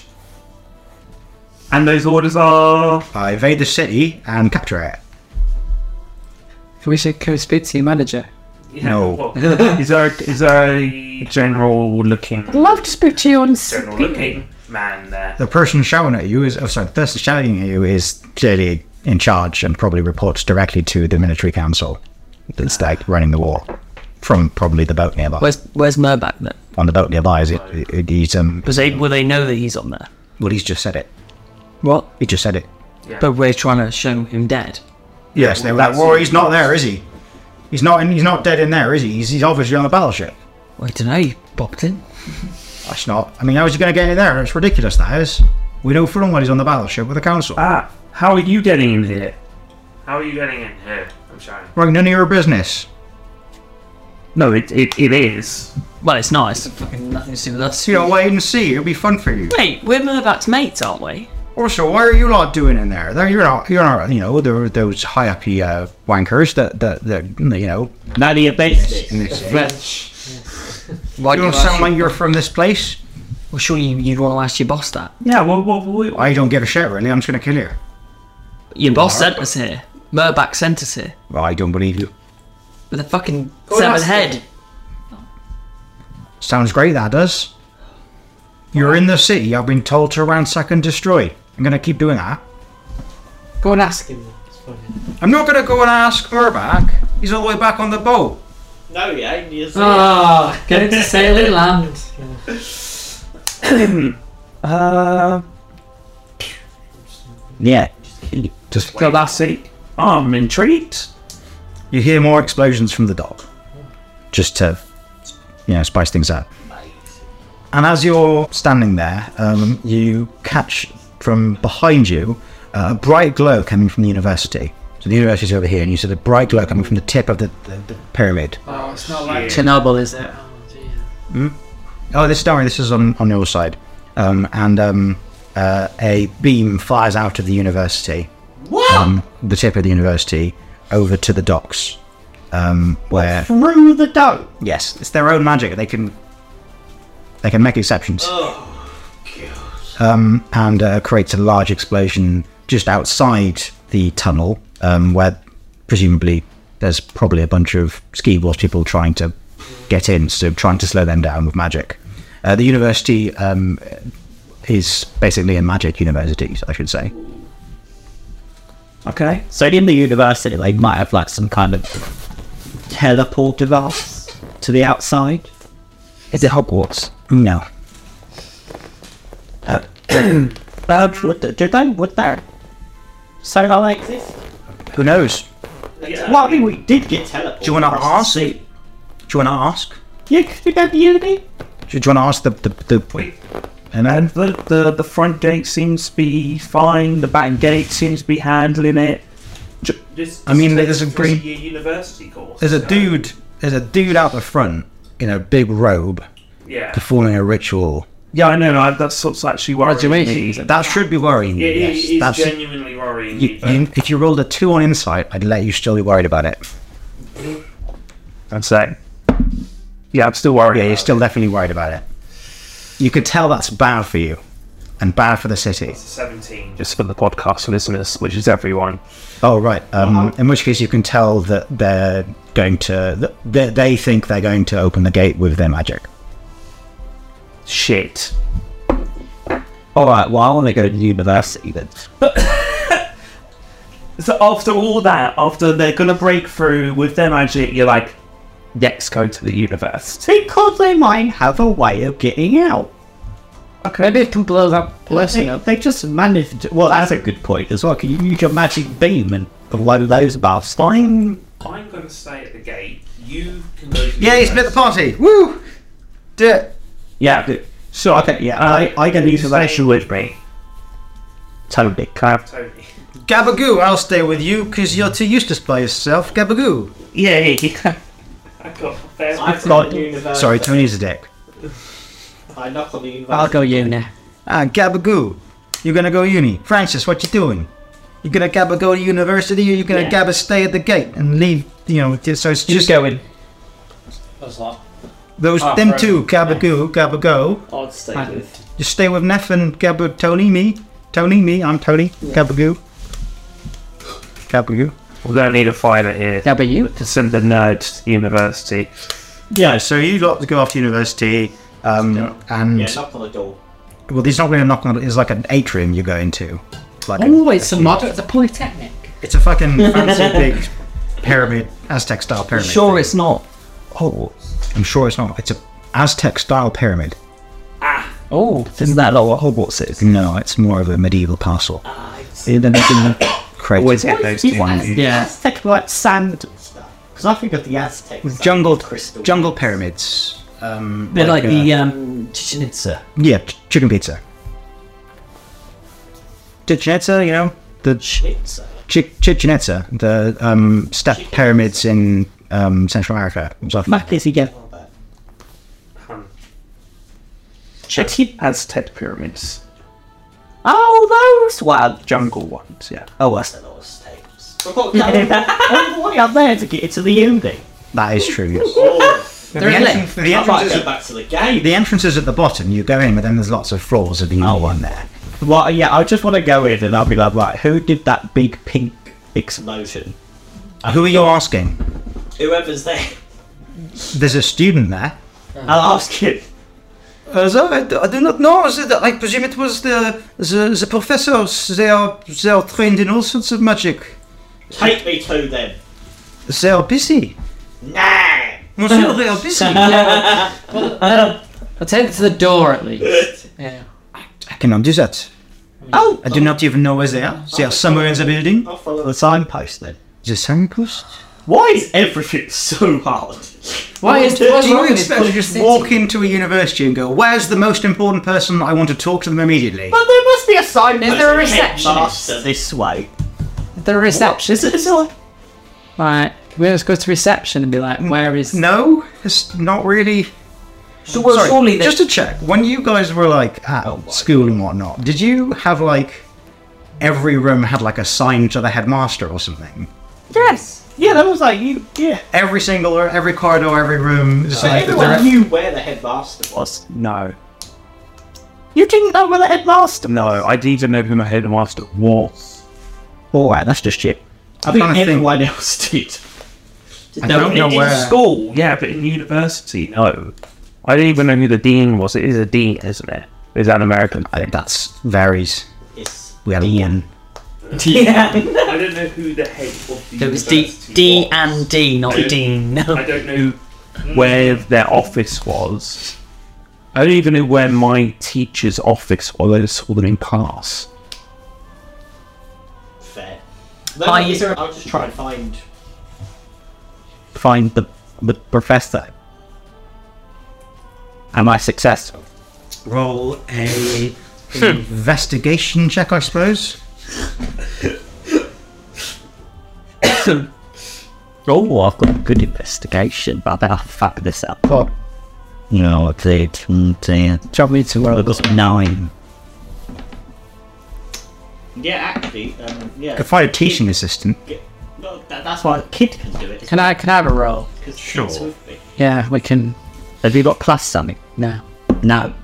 A: And those orders are.
G: I evade the city and capture it.
D: We should co speak to your manager.
G: no.
A: is there is there a general looking
L: I'd love to speak to you on
A: general looking man there.
G: The person shouting at you is, oh, sorry, the person shouting at you is clearly in charge and probably reports directly to the military council that's like running the war from probably the boat nearby.
J: Where's Where's Murback then?
G: on the boat nearby, is it? it he's, um,
J: Because they, well, they know that he's on there.
G: well, he's just said it.
J: What?
G: He just said it.
J: But we're trying to show him dead.
G: Yes, they were like, well, he's not there, is he? He's not. In, he's not dead in there, is he? He's, he's obviously on the battleship.
J: Well, I don't know. He popped in.
G: That's not. I mean, how is he going to get in there? It's ridiculous. That is. We know full and well he's on the battleship with the council.
A: Ah, how are you getting in here? How are you getting in here? I'm sorry.
G: Right, none of your business.
A: No, it, it, it is.
J: Well, it's nice. Fucking nothing to do with us.
G: You know, wait and see. It'll be fun for you.
J: Mate, we're Murback's mates, aren't we?
G: Also, why are you lot doing in there? There, you're not. You're not. You know, there were those high up uh, wankers that that that you know.
H: None of your business.
G: In this
J: Fletch.
G: Why you don't sound like you're from this place.
J: Well, sure, you, you'd want to ask your boss that.
A: Yeah, well, well, well
G: I don't give a shit, really. I'm just going to kill you.
J: Your boss sent us here. Murback sent us here.
G: Well, I don't believe you.
J: With a fucking
E: Go and
J: severed
E: ask
J: head.
G: Sounds great, that does. You're in the city. I've been told to ransack and destroy. I'm going to keep doing that.
E: Go and ask him.
G: I'm not going to go and ask Murback. He's all the way back on the boat.
I: No, he ain't. You see
K: Oh, go to Sailor Land.
A: Uh,
H: Yeah.
G: Just
A: so that's it. Oh, I'm intrigued.
G: You hear more explosions from the dock, just to, you know, spice things up. And as you're standing there, um, you catch from behind you uh, a bright glow coming from the university. So the university's over here, and you see the bright glow coming from the tip of the, the, the pyramid.
K: Oh, it's not like
D: Chernobyl, is it?
G: Oh, this don't worry, this is on, on your side. Um, and um, uh, a beam fires out of the university. What? Um, the tip of the university over to the docks. Um, where
H: Through the dough.
G: yes, it's their own magic. They can they can make exceptions.
H: Oh,
G: Um, and uh, creates a large explosion just outside the tunnel, um, where presumably there's probably a bunch of ski wars people trying to get in, so trying to slow them down with magic. Uh, the university um, is basically a magic university, I should say.
A: Okay.
H: So in the university, they might have like some kind of teleport device to the outside. Is it Hogwarts?
G: No.
H: Um, would, do they? Would that? So I exist?
G: Who knows?
H: Well, I mean, we did get teleport.
G: Do you want to ask? Do you want to ask?
H: Yeah, could we go to uni?
G: Do you want to ask the the the? Wait. And then
A: And the, the the front gate seems to be fine. The back gate seems to be handling it.
I: This,
G: I mean,
I: this
G: there's a
I: takes
G: green-
I: three-year university course.
G: There's a
I: so-
G: dude. There's a dude out the front in a big robe
I: Yeah.
G: performing a ritual.
A: Yeah, I know. I, that's what's actually worrying me.
G: That should be worrying you.
I: It, it
G: yes.
I: is
G: That's-
I: genuinely worrying
G: you-
I: me. but
G: you- if you rolled a two on insight, I'd let you still be worried about it.
A: I'd say. Yeah, I'm still worried.
G: Yeah, you're still definitely worried about it. You could tell that's bad for you, and bad for the city.
I: it's 17.
A: just for the podcast listeners, which is everyone.
G: Oh right. Um,
I: Uh-huh.
G: In which case, you can tell that they're going to. that They, they think they're going to open the gate with their magic.
A: Shit.
H: All right. Well, I want to go to university then.
A: So after all that, after they're gonna break through with their magic, you're like, let's go to the universe.
H: Because they might have a way of getting out.
D: Maybe it can blow that blessing
H: They,
D: up.
H: they just managed. well, that's a good point as well. Can you use your magic beam and blow those above? Fine.
I: I'm going to stay at the gate. You can go to the
G: Yeah, you split the party. Woo! Do it.
A: Yeah. good.
H: So okay, yeah,
A: Uh,
H: I, I can use a
A: Special
H: special
A: with me.
H: totally.
A: Have,
I: Tony.
G: Gabagoo, I'll stay with you because you're too useless by yourself. Gabagoo.
A: yeah, yeah.
I: I've got a fair
H: I've got-
G: Sorry, Tony's a dick.
I: I knock on the university.
D: I'll go uni.
G: Ah, Gabagoo, you're gonna go uni. Francis, what you doing? You gonna Gabba go to university, or you gonna Gabba stay at the gate and leave? You know, just, so it's just
D: going.
K: That's not.
G: those
K: Oh,
G: them
K: right.
G: two, Gabagoo, Gabba go.
I: I'd Ah, stay with.
G: Just stay with Neff and Gabba Tony, me, Tony, me. I'm Tony. Gabagoo, Gabagoo.
A: we don't need a fighter here
D: That'll be you.
A: to send the nerd to the university.
G: Yeah, so you lot go off to university, um, and
I: Yeah, knock on the door.
G: Well, there's not really a knock on it. It's like an atrium you go into. Like
K: Oh, it's a mod at the Polytechnic.
G: It's a fucking fancy big pyramid, Aztec style pyramid.
K: sure
G: it's not? Oh, I'm sure it's not. It's a Aztec style pyramid. Ah. Oh, isn't that not what Hogwarts is? Ah, No, it's more of a medieval castle. They're not crazy.
H: Always get those two ones.
G: Yeah.
H: Aztec like sand stuff. Because I think of the Aztec.
G: Jungle, jungle pyramids. Um,
H: They're like, the
G: uh,
H: um, Chichen Itza.
G: yeah, ch- chicken pizza. Chichen Itza, you know the ch-
H: uh,
G: Chi- Chichen Itza, the um, step pyramids in um, Central America.
H: Fuck is he get? Hmm.
A: Chicken Aztec pyramids.
H: Oh, those ones.
A: Jungle ones, yeah.
H: Oh, that's all the way up there to get to the ending.
G: That is true. Yes.
H: They're
G: The
H: in
G: entrance-
H: there.
G: the
H: Right,
G: entrance
H: go
G: is-
H: back to the game.
G: The entrance is at the bottom. You go in, but then there's lots of floors of the oh, one there.
H: Well, uh, yeah, I just want to go in and I'll be like, right, who did that big pink explosion?
G: Uh, Who are you asking?
I: Whoever's there.
G: There's a student there.
H: I'll ask you.
G: Uh, I, d- I do not know. Is it- I presume it was the, the the professors. They are they are trained in all sorts of magic.
I: Take me to them.
G: They are busy.
I: Nah.
G: Monsieur, they are busy.
K: Let's head to the door at least. Yeah.
G: I cannot do that. Oh, I do not even know where they are. They are somewhere in the building. I'll
I: follow
G: the signpost then. The signpost.
H: Why is everything so hard?
G: Why
K: is-
G: do
K: what's wrong
G: you
K: with
G: expect to
K: this
G: just
K: city?
G: walk into a university and go, "Where's the most important person? I want to talk to them immediately."
H: But there must be a sign.
K: Is there a receptionist?
H: This way.
K: The receptionist.
H: Is it?
K: Right. We're just go to reception and be like, where is.
G: No, it's not really.
K: So, well,
G: Sorry,
K: surely they-
G: just to check, when you guys were like at school and whatnot, did you have like every room had like a sign to the headmaster or something?
H: Yes. Yeah, that was like you. Yeah.
G: Every single, every corridor, every room. Just
I: So
G: like,
I: everyone knew where the headmaster was.
A: Was no.
H: You didn't know where the headmaster.
A: No, I didn't even know who my headmaster was.
H: All right, that's just shit.
A: I
H: I
A: think
H: think everyone else did.
A: I don't know where. school, yeah, but in university, no. I didn't even know who the dean was. It is a dean, isn't it? Is that an American? I
G: think that's varies.
I: Yes.
G: We had one.
I: Yeah. I don't know who the head of the
J: There was D, D and D, not
A: Yeah.
J: Dean. No.
A: I don't know
I: Hmm.
A: where their office was. I don't even know where my teacher's office was. I just saw them in class.
I: Fair. No,
J: I-
I: is there, I'll just try and find.
H: Find the the professor. Am I successful?
G: Roll a investigation check, I suppose.
H: Oh, I've got a good investigation, but I'll fuck this up. What? No, I did. Mm, dear. Drop me to where I got nine.
I: Yeah, actually, um, yeah.
G: If I had a teaching assistant,
I: Get- no, that, that's why a kid can do it.
K: Can I, can I have a roll?
I: Sure.
K: Yeah, we can.
H: Have you got plus something?
K: No.
H: No.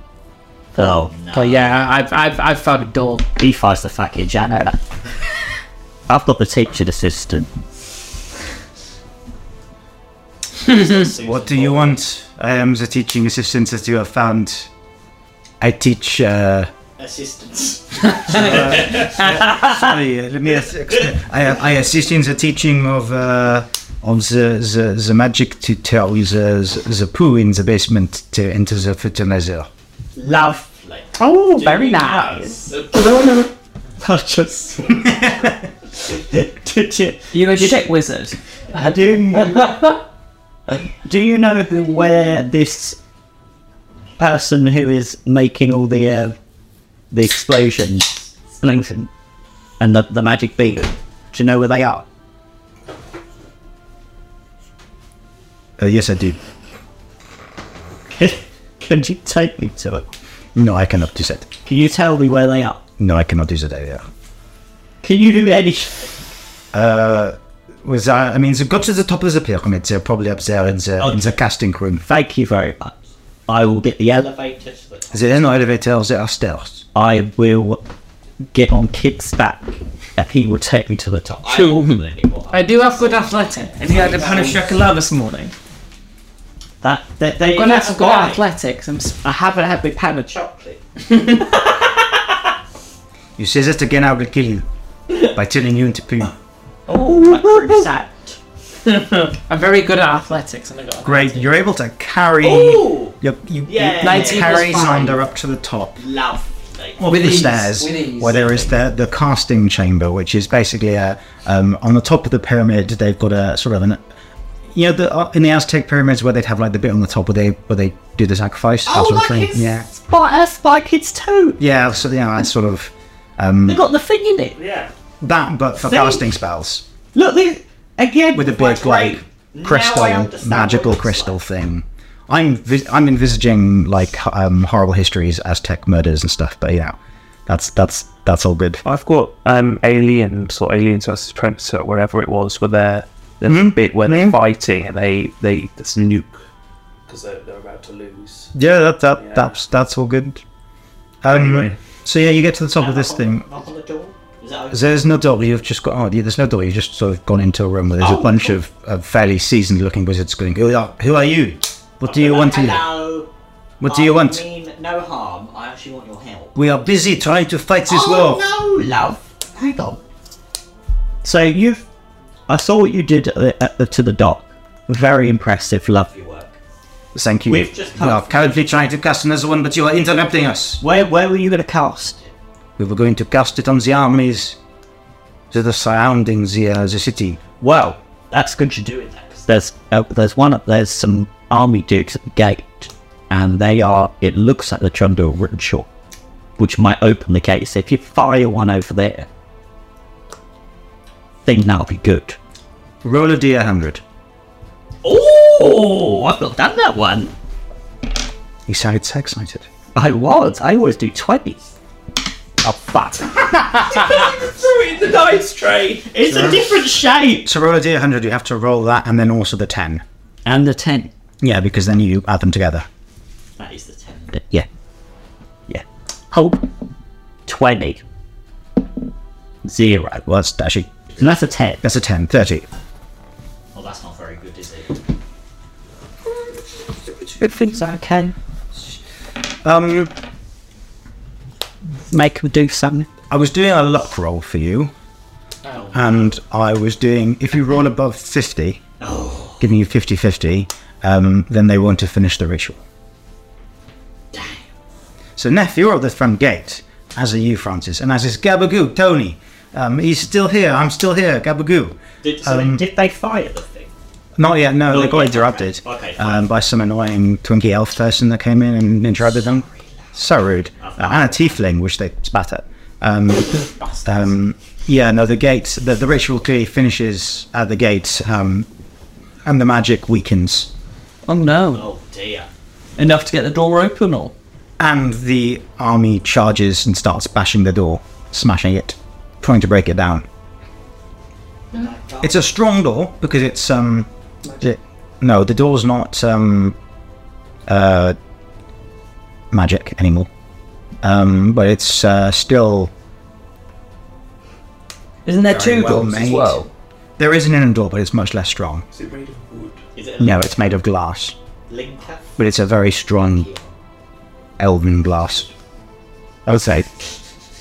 H: Oh.
K: But yeah, I've, I've, I've found a door.
H: B5's the fucking janitor. I've got the teaching assistant.
G: what do you want? I am the teaching assistant that you have found. I teach. Uh,
I: Assistance.
G: Sorry, uh, let me ask- explain. I, I assist in the teaching of uh, of the, the, the magic to tell the, the poo in the basement to enter the fertilizer.
H: Lovely. Oh, very nice. I just. Did you?
K: You're a shit wizard.
H: I do. do you know who, where this person who is making all the uh, the explosions, Lincoln, and the, the magic beam? Do you know where they are?
G: Uh, yes, I do.
H: Can you take me to it?
G: No, I cannot do that.
H: Can you tell me where they are?
G: No, I uh, cannot do that either.
H: Can you do any?
G: Uh, was I, I mean, they got to the top of the pyramid. They're probably up there in the, in the casting room.
H: Thank you very much. I will get the ele-
I: Elevator to the
G: There is no elevator. There are stairs.
H: I will get on Kid's back, and he will take me to the top.
K: I do have good athletics. And you had a pound of chocolate this morning.
H: That, that they,
K: I'm gonna have to go athletics. I'm, s- I haven't had my pan of chocolate.
G: You say that again, I will kill you by turning you into poo.
K: Oh, my fruit sat. I'm very good at athletics, and I got
G: Great, you're able to carry.
K: Ooh!
G: Your, you,
K: Yeah. 90
G: you
K: plus
G: carry
K: five.
G: Zander up to the top.
I: Love.
G: Up the stairs, where there is the, the casting chamber, which is basically a, um, on the top of the pyramid. They've got a sort of an, you know, the, uh, in the Aztec pyramids where they'd have like the bit on the top where they where they do the sacrifice. that sort of thing. yeah,
H: Spy, spy kids too.
G: yeah. So yeah, that's sort of um,
H: They got the thing in it.
I: Yeah.
G: that, but for
H: See?
G: casting spells
H: Look, they, again
G: with a big like crystal magical crystal thing. I'm vis- I'm envisaging like um, horrible histories, Aztec murders and stuff, but you know, that's that's that's all good.
A: I've got um, aliens or aliens versus predator, wherever it was, where they're there's a bit where they're fighting and they they this nuke.
B: because they're, they're about to lose.
G: Yeah, that, that that's that's all good. Um, So yeah, you get to the top of this thing.
I: Knock on the door. Is that okay?
G: There's no door. You've just got. Oh, yeah, there's no door. You've just sort of gone into a room where there's
I: Oh.
G: a bunch of, of fairly seasoned-looking wizards going. Who are, who are you? What do you want to?
I: Hello.
G: What do you
I: I
G: want?
I: mean no harm. I actually want your help.
G: We are busy trying to fight this war.
I: Oh no, love. Hang on.
H: So you've, I saw what you did at the, at the, to the dock. Very impressive, love.
G: Thank you.
H: We've just
G: we are currently trying to cast another one, but you are interrupting us.
H: Where where were you going to cast?
G: We were going to cast it on the armies that are surrounding the uh, the city.
H: Well, that's good to do it. There's uh, there's one up there's some army dukes at the gate, and they are. It looks like they're trying to do a ritual, which might open the gate. So if you fire one over there, think that'll be good.
G: Roll a d100.
H: Oh, I've not done that one.
G: He sounded so excited.
H: I was. I always do twenties. Oh fuck!
I: Threw the dice tray.
H: It's
G: Sure.
H: a different shape.
G: To roll a d100, you have to roll that and then also the 10.
H: And the 10.
G: Yeah, because then you add them together.
I: That is the ten.
H: Yeah. Yeah. Hope. 20. Zero.
G: Well, that's actually.
H: And that's a 10.
G: That's a 10. 30.
I: Well, that's not very good, is it?
H: Good things I can.
G: Um,
H: Make them do something.
G: I was doing a luck roll for you,
I: Oh.
G: and I was doing. If you roll above 50,
I: Oh.
G: giving you 50 50, um, then they want to finish the ritual. So, Neff, you're at the front gate, as are you, Francis, and as is Gabagoo, Tony. Um, he's still here, I'm still here, Gabagoo.
I: Did, so
G: Um,
I: did they fire the thing?
G: Not yet, no,
I: Not
G: they got
I: yet,
G: interrupted
I: okay. Okay,
G: um, by some annoying Twinkie elf person that came in and interrupted them. So rude. Uh, and a tiefling, which they spat at. Um, um, yeah, no, the gate, the, the ritual clearly finishes at the gate, um, and the magic weakens.
K: Oh no!
I: Oh dear.
K: Enough to get the door open, or
G: And the army charges and starts bashing the door, smashing it, trying to break it down. It's a strong door because it's um, it- no, the door's not um, uh, magic anymore. Um, but it's uh, still
K: isn't there
G: very
K: two
G: well
K: doors as
G: made.
K: well?
G: There is an inner door, but it's much less strong.
B: Is it made of wood?
I: Is it a
G: No, it's made of glass,
I: linker?
G: but it's a very strong elven glass. I would say,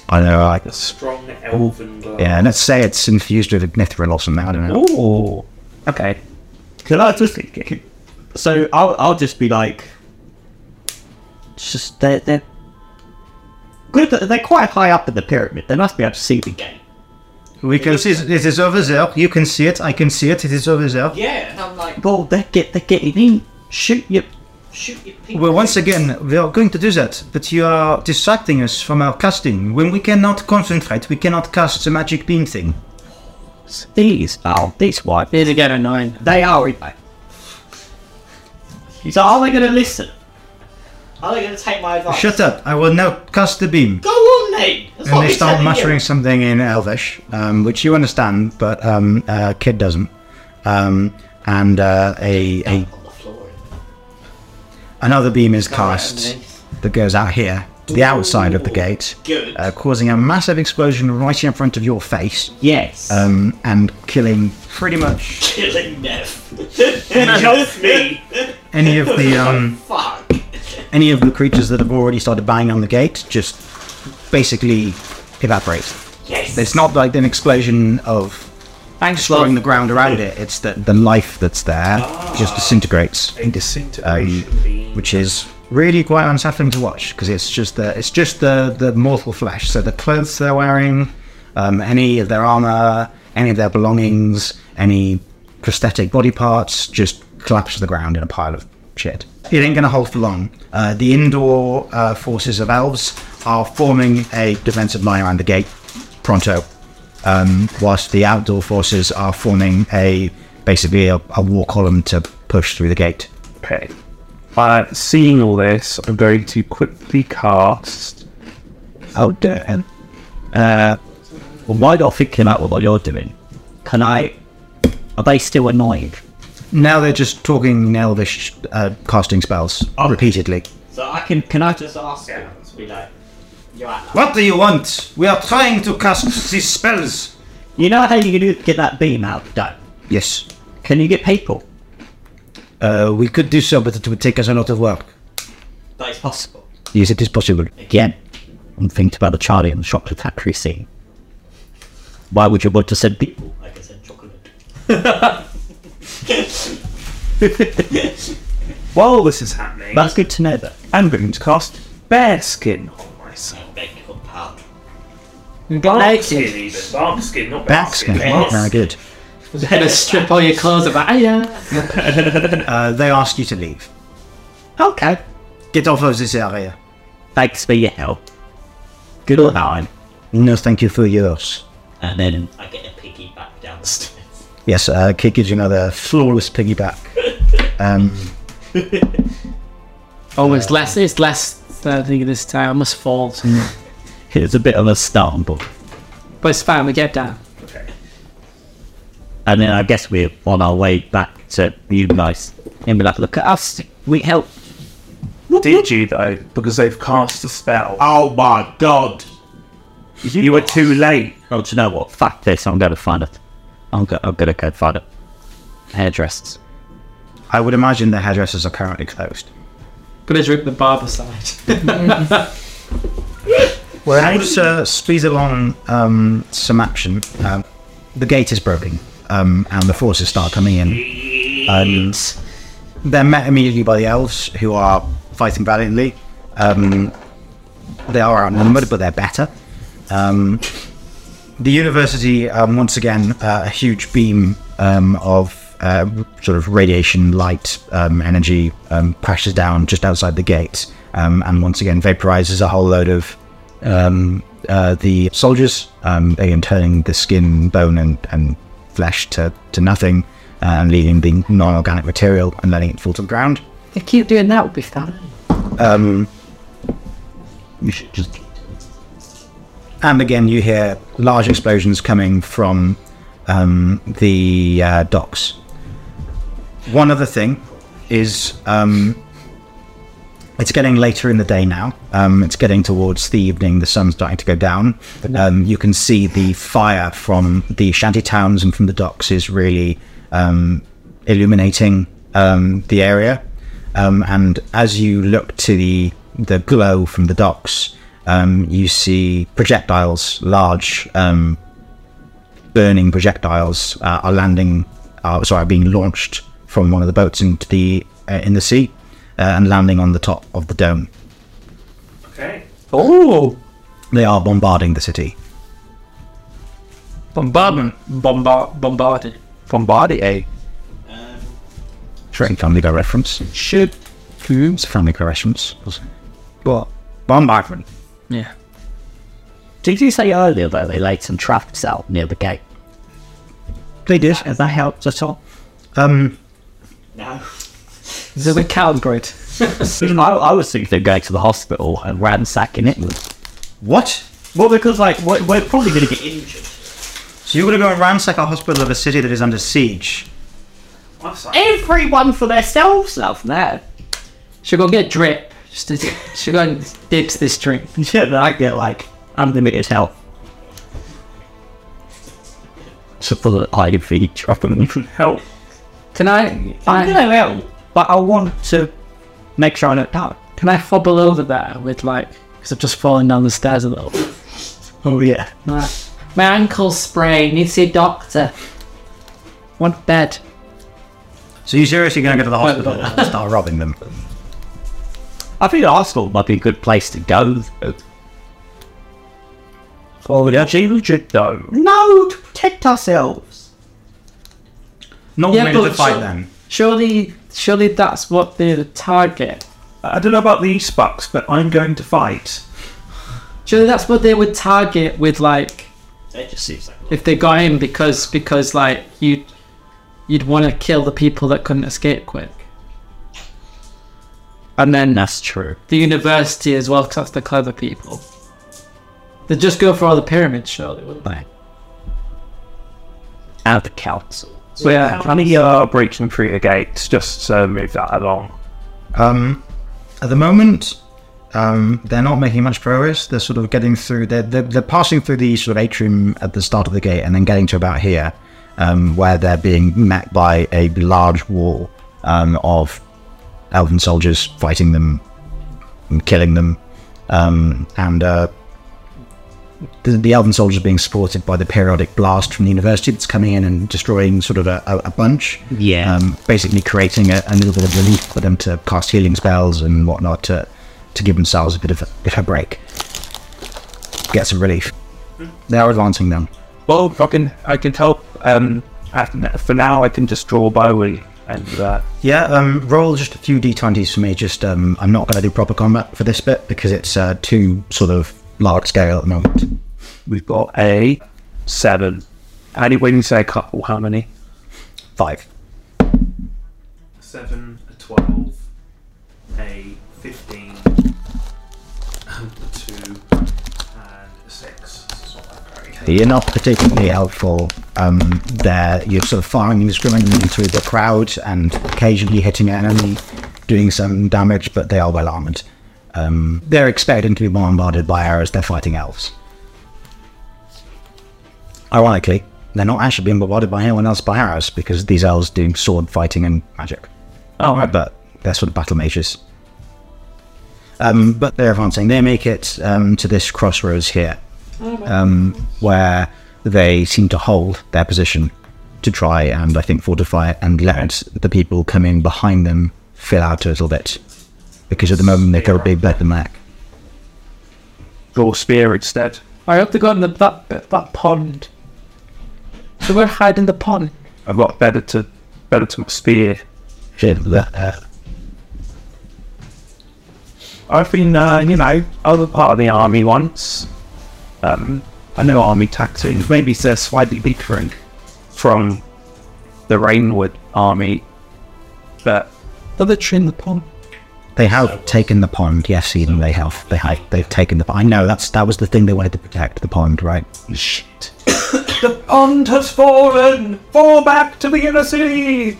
G: I don't know, like
B: A strong elven glass.
G: Yeah, let's say it's infused with ignithril or something. I don't know.
H: Oh. Okay. Because I was just thinking. So I'll, I'll just be like. It's just. They're. they're good, that they're quite high up in the pyramid. They must be able to see the game.
G: We can see it. It is over there. You can see it. I can see it. It is over there.
I: Yeah, and I'm like,
H: Well, they're, get, they're getting in. Shoot you.
I: shoot your people.
G: Well, once again, we are going to do that, but you are distracting us from our casting. When we cannot concentrate, we cannot cast the magic beam thing.
H: These. Oh, these white.
K: Need to get a nine.
H: They are in there. He's like, are they going to listen?
I: Are they going to take my advice?
G: Shut up! I will now cast the beam.
I: Go on, then. That's
G: And
I: what
G: they
I: we
G: start
I: said,
G: muttering
I: yeah.
G: something in Elvish, um, which you understand, but um, uh, Kid doesn't. Um, and uh, a, a
I: On the floor.
G: another beam is cast that goes out here, to the outside of the gate,
I: Good.
G: uh, causing a massive explosion right in front of your face,
H: Yes.
G: um, and killing pretty much
I: Killing Neff. Just me.
G: any of the um, any of the creatures that have already started banging on the gate just basically evaporate.
I: Yes.
G: It's not like an explosion of destroying the ground around it. It's that the life that's there just
I: Ah.
G: disintegrates. Um, which is really quite unsettling to watch because it's just the it's just the the mortal flesh. So the clothes they're wearing, um, any of their armor, any of their belongings, any prosthetic body parts just collapse to the ground in a pile of shit. It ain't going to hold for long. Uh, the indoor uh, forces of elves are forming a defensive line around the gate pronto, um, whilst the outdoor forces are forming a basically a, a war column to push through the gate.
A: Okay. Uh, seeing all this, I'm going to quickly cast.
H: Oh, damn. Uh, well, why not thinking about what you're doing? Can I? Are they still annoyed?
G: Now they're just talking Elvish, uh, casting spells repeatedly.
I: So I can can I just ask you to be like, you're out
G: What do you want? We are trying to cast these spells.
H: You know how you do get that beam out, don't?
G: Yes.
H: Can you get people?
G: Uh, we could do so, but it would take us a lot of work.
I: that is possible.
G: Yes, it is possible.
H: Again, I'm thinking about the Charlie and the chocolate factory scene. Why would you want to send people?
I: Like I said, chocolate.
A: While this is happening,
H: That's good to know, though.
A: I'm going to cast bear skin on myself. Bark skin, even. Bark skin, not bear
G: Backskin. Very Ah, good.
K: Gonna strip all your clothes about. Yeah.
G: uh, they ask you to leave.
H: Okay.
G: Get off of this area.
H: Thanks for your help. Good old time.
G: No, thank you for yours.
H: And then,
I: I get a piggy back down the stairs.
G: Yes, uh, Kid gives you another flawless piggyback. Um,
K: Oh, it's less. It's less. I think this time I must fall.
H: it's a bit of a stumble.
K: But it's fine. We get down.
H: And then I guess we're on our way back to you guys. And we're like, look at us. We help.
A: Did you though? Because they've cast a spell. Oh my god! You, were too late.
H: Oh, do you know what? Fuck this. I'm going to find it. I'm, go- I'm going to go find it. Hairdressers.
G: I would imagine the hairdressers are currently closed.
K: Gonna drip the barber side.
G: Well, I would uh, speed along um, some action. Um, the gate is broken, um, and the forces start coming in. And they're met immediately by the elves, who are fighting valiantly. Um, they are outnumbered, but they're better. Um, the university, um, once again, uh, a huge beam um, of uh, sort of radiation light um, energy um, crashes down just outside the gate, um, and once again vaporizes a whole load of um, uh, the soldiers, um, again turning the skin, bone, and, and flesh to, to nothing, uh, and leaving the non-organic material and letting it fall to the ground.
J: They keep doing that, would be fun.
G: Um, you should just. And again, you hear large explosions coming from um, the uh, docks. One other thing is um, it's getting later in the day now. Um, it's getting towards the evening. The sun's starting to go down. Um, you can see the fire from the shanty towns and from the docks is really um, illuminating um, the area. Um, and as you look to the the glow from the docks, um, you see projectiles, large um, burning projectiles, uh, are landing. Uh, sorry, are being launched from one of the boats into the uh, in the sea uh, and landing on the top of the dome.
A: Okay.
K: Oh,
G: They are bombarding the city.
K: bombardment, bombard, bombarded.
F: Bombardier.
G: Shrek Family Guy reference. Should. It's a Family Guy reference. What? Bombardment.
K: Yeah.
H: Did you say earlier, though, they laid some traps out near the gate?
G: They did.
H: Has that helped at all?
G: Um,
I: No.
K: This is a calibrate.
H: I, I was thinking of going to the hospital and ransacking it.
G: What?
H: Well, because, like, we're, we're probably going to get in.
G: So you're going to go and ransack a hospital of a city that is under siege?
E: Everyone for themselves, love that.
K: Should go get drip. Just to, should go and dips this drink.
H: Yeah, then I get, like, unlimited health. So for the IV dropping
A: Help.
K: Can I?
E: I'm
K: I
E: gonna help.
H: but I want to make sure I don't die.
D: Can I hobble over there with like? Because I've just fallen down the stairs a little.
H: Oh yeah.
D: Nah. My ankle's sprained. Need to see a doctor. Want bed?
G: So you seriously going to go to the hospital and start robbing them?
H: I think Arsenal might be a good place to go. though. Oh, yeah, she legit though.
D: No, to protect ourselves.
G: No
H: one made it to fight then.
D: Surely, surely that's what they're the target.
A: I don't know about the East Bucks, but I'm going to fight.
D: Surely that's what they would target with like
I: It just seems like
D: if they got in because because like you you'd want to kill the people that couldn't escape quick. And then
H: that's true.
D: The university as well, 'cause that's the clever people. They just go for all the pyramids, surely. Wouldn't
H: they? Out of the council.
A: So yeah, can I uh, breach and free the gates just to move that along?
G: Um, at the moment, um, they're not making much progress. They're sort of getting through. They're, they're they're passing through the sort of atrium at the start of the gate, and then getting to about here, um, where they're being met by a large wall um, of elven soldiers fighting them and killing them, um, and uh, the, the elven soldiers are being supported by the periodic blast from the university that's coming in and destroying sort of a, a, a bunch.
H: Yeah.
G: Um, basically creating a, a little bit of relief for them to cast healing spells and whatnot to, to give themselves a bit of a, bit of a break. Get some relief. They are advancing them.
A: Well, I can I can help. Um, at- for now, I can just draw a bow and and uh, do that.
G: Yeah, um, roll just a few d20s for me. Just um, I'm not going to do proper combat for this bit because it's uh, too sort of large scale at the moment.
A: We've got a seven. How do when you say a couple? How many?
G: Five.
B: Seven, a twelve, a fifteen, a two, and a six. It's not that great.
G: You're not particularly helpful. Um, there, you're sort of firing indiscriminately through the crowd and occasionally hitting an enemy, doing some damage, but they are well armored. Um, they're expecting to be bombarded by arrows. They're fighting elves. Ironically, they're not actually being bombarded by anyone else by arrows because these elves do sword fighting and magic. Oh, right. But they're sort of battle mages. Um, but they're advancing. They make it um, to this crossroads here, um, where they seem to hold their position to try and, I think, fortify it and let the people coming behind them fill out a little bit. Because at the moment they've got a big bed and lack.
A: Draw spear instead.
D: I hope they got in the, that bit- that pond. So we're hiding the pond.
A: I've got better to better to my spear.
G: Shit, uh, that.
A: I've been, uh, you know, other part of the army once. Um, I know army tactics. Maybe they're slightly different from the Rainwood army, but
D: they're literally in the pond.
G: They have taken the pond, yes, even they have. They have. They've taken the. I know that's that was the thing they wanted to protect, the pond, right? Shit.
A: the pond has fallen. Fall back to the inner city.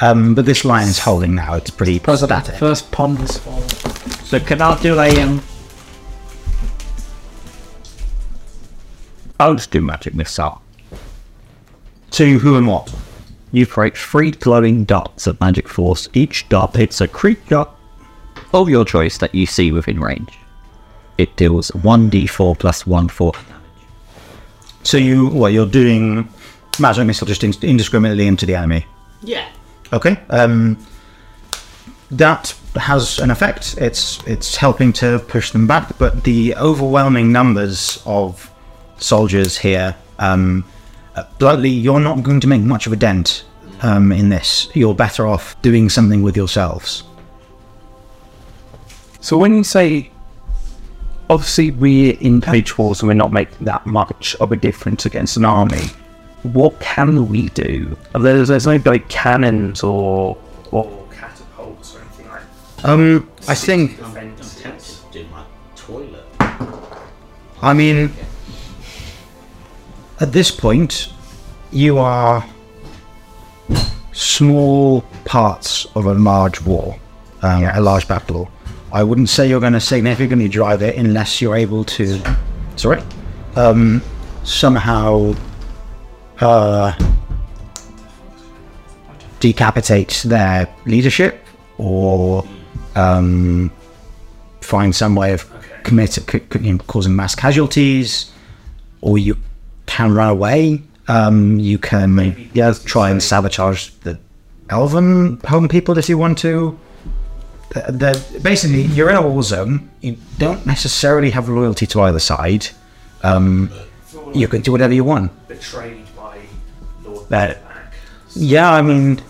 G: Um, but this line is holding now. It's pretty static.
D: First pond was fallen.
H: So can I do a um? I'll just do magic missile.
G: To who and what?
H: You create three glowing dots of magic force. Each dot hits a creature of your choice that you see within range. It deals one d4 plus one four.
G: So you, well, you're doing magic missile just in- indiscriminately into the enemy.
I: Yeah.
G: Okay. Um, that has an effect. It's it's helping to push them back, but the overwhelming numbers of soldiers here, um, uh, bluntly, you're not going to make much of a dent um, in this. You're better off doing something with yourselves.
A: So when you say, obviously we're in page wars and we're not making that much of a difference against an army, what can we do? There's, there's no like cannons or or catapults or anything like.
G: Um, I think.
I: I'm, I'm tempted to do my toilet.
G: I mean, at this point, you are small parts of a large war, um, a large battle. I wouldn't say you're going to significantly drive it unless you're able to. Sorry? Um, somehow. Uh, decapitate their leadership or um, find some way of commit, c- c- you know, causing mass casualties, or you can run away. Um, you can yeah, try and sabotage the elven home people if you want to. The, the, basically, you're in a war zone. You don't necessarily have loyalty to either side. Um, you can do whatever you want.
A: Betrayed by Lord
G: That, yeah, I mean,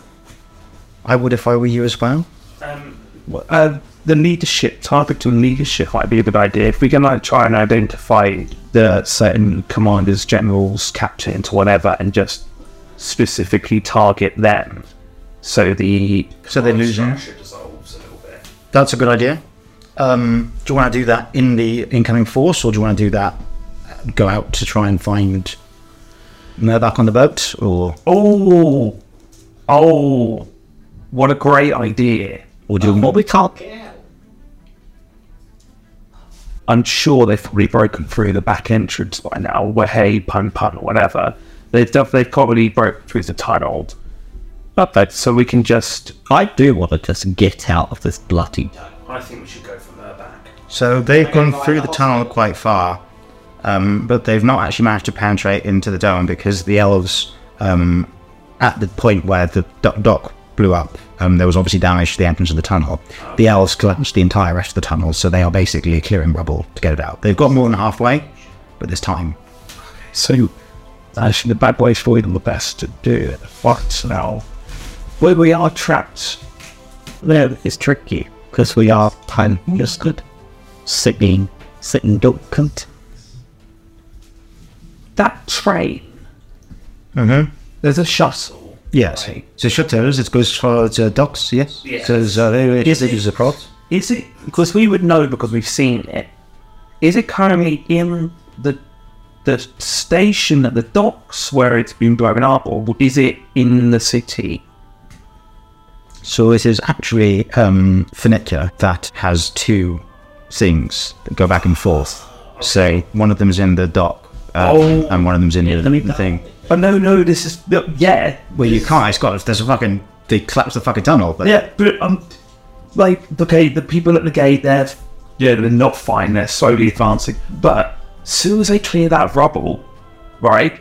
G: I would if I were you as well.
A: Um, wh- uh, the leadership, targeting leadership might be a good idea. If we can like try and identify the certain commanders, generals, captains, whatever, and just specifically target them, so the
G: so they lose. That's a good idea. Um, do you want to do that in the incoming force, or do you want to do that? uh, Go out to try and find Murdoch on the boat, or
A: oh, oh, what a great idea!
G: Or do
A: what we can't. I'm sure they've probably broken through the back entrance by now. Where hey, pun pun, whatever. They've def- they've probably broke through the tunnel. Perfect. So we can just.
H: I do want to just get out of this bloody.
A: I think we should go for Murback.
G: So they've gone through the tunnel quite far, um, but they've not actually managed to penetrate into the dome because the elves, um, at the point where the do- dock blew up, um, there was obviously damage to the entrance of the tunnel. The elves collapsed the entire rest of the tunnel, so they are basically clearing rubble to get it out. They've got more than halfway, but there's time.
A: So, actually, the bad boys for the best to do it. What now? Where we are trapped.
H: No, it's tricky because we are time just good. Sitting, sitting, don't cunt.
A: That train.
G: Mm-hmm.
A: There's a shuttle.
G: Yes. So shutters, it goes for the docks, yes?
A: Yes.
G: So uh, they,
A: Is
G: they
A: it-
G: use the prod.
A: Is it? Because we would know because we've seen it. Is it currently in the the station at the docks where it's been blown up, or is it in the city?
G: So it is actually um, furniture that has two things that go back and forth. So one of them's in the dock, uh,
A: Oh.
G: and one of them's in the thing.
A: Oh no, no, this is no, yeah,
G: Well, you can't. It's got there's a fucking they collapse the fucking tunnel. But
A: yeah. But um, like okay, the people at the gate they're yeah they're not fine. They're slowly advancing, but as soon as they clear that rubble, right,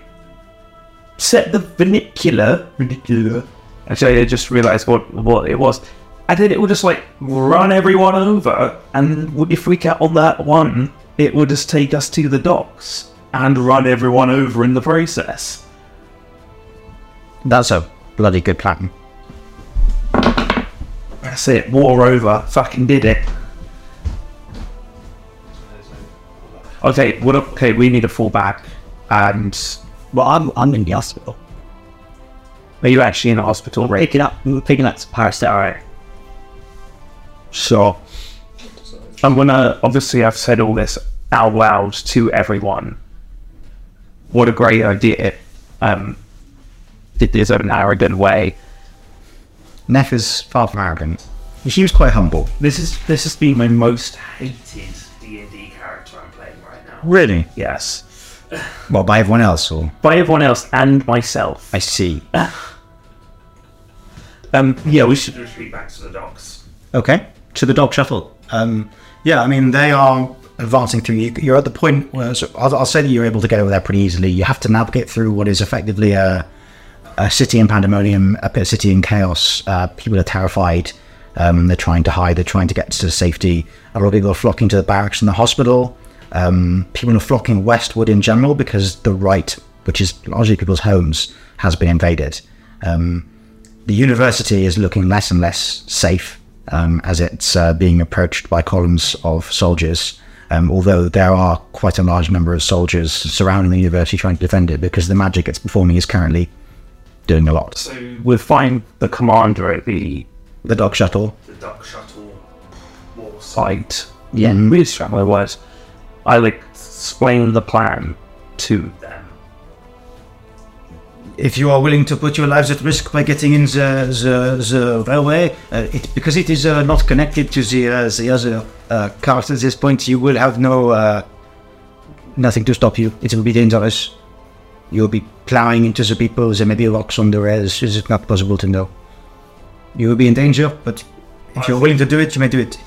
A: set the vernacular, vernacular. Actually, I just realised what what it was. And then it will just like run everyone over, and w- if we get on that one, it will just take us to the docks and run everyone over in the process.
G: that's a bloody good plan.
A: That's it. War over. Fucking did it. Okay, what? Okay, we need a fallback, and
H: well, I'm I'm in the hospital.
A: Are you actually in a hospital? Right?
H: Picking up, picking up some paracetamol.
A: Sure. I'm gonna obviously I've said all this out loud to everyone. What a great idea. Um did this in an arrogant way.
G: Neff is far from arrogant. She was quite humble.
A: This is this has been my most hated D and D character I'm playing right now.
G: Really?
A: Yes.
G: Well, by everyone else, or
A: By everyone else and myself.
G: I see.
A: Um yeah, we should retreat back to the docks.
G: Okay. To the dog shuttle. Um, yeah, I mean, they are advancing through. You, you're at the point where so I'll, I'll say that you're able to get over there pretty easily. You have to navigate through what is effectively a, a city in pandemonium, a bit- city in chaos. Uh, people are terrified. Um, they're trying to hide. They're trying to get to safety. A lot of people are flocking to the barracks and the hospital. Um, people are flocking westward in general because the right, which is largely people's homes, has been invaded. Um, the university is looking less and less safe um, as it's uh, being approached by columns of soldiers. Um, although there are quite a large number of soldiers surrounding the university trying to defend it because the magic it's performing is currently doing a lot.
A: So we'll find the commander at the
G: the dog shuttle.
A: The duck shuttle war site. Mm-hmm.
G: Yeah.
A: Really struck my words. I like explained the plan to them.
G: If you are willing to put your lives at risk by getting in the, the, the railway, uh, it, because it is uh, not connected to the, uh, the other uh, cars at this point, you will have no uh, nothing to stop you. It will be dangerous. You'll be plowing into the people. There may be rocks on the rails. It is not possible to know. you would be in danger, but if you're willing to do it, you may do it.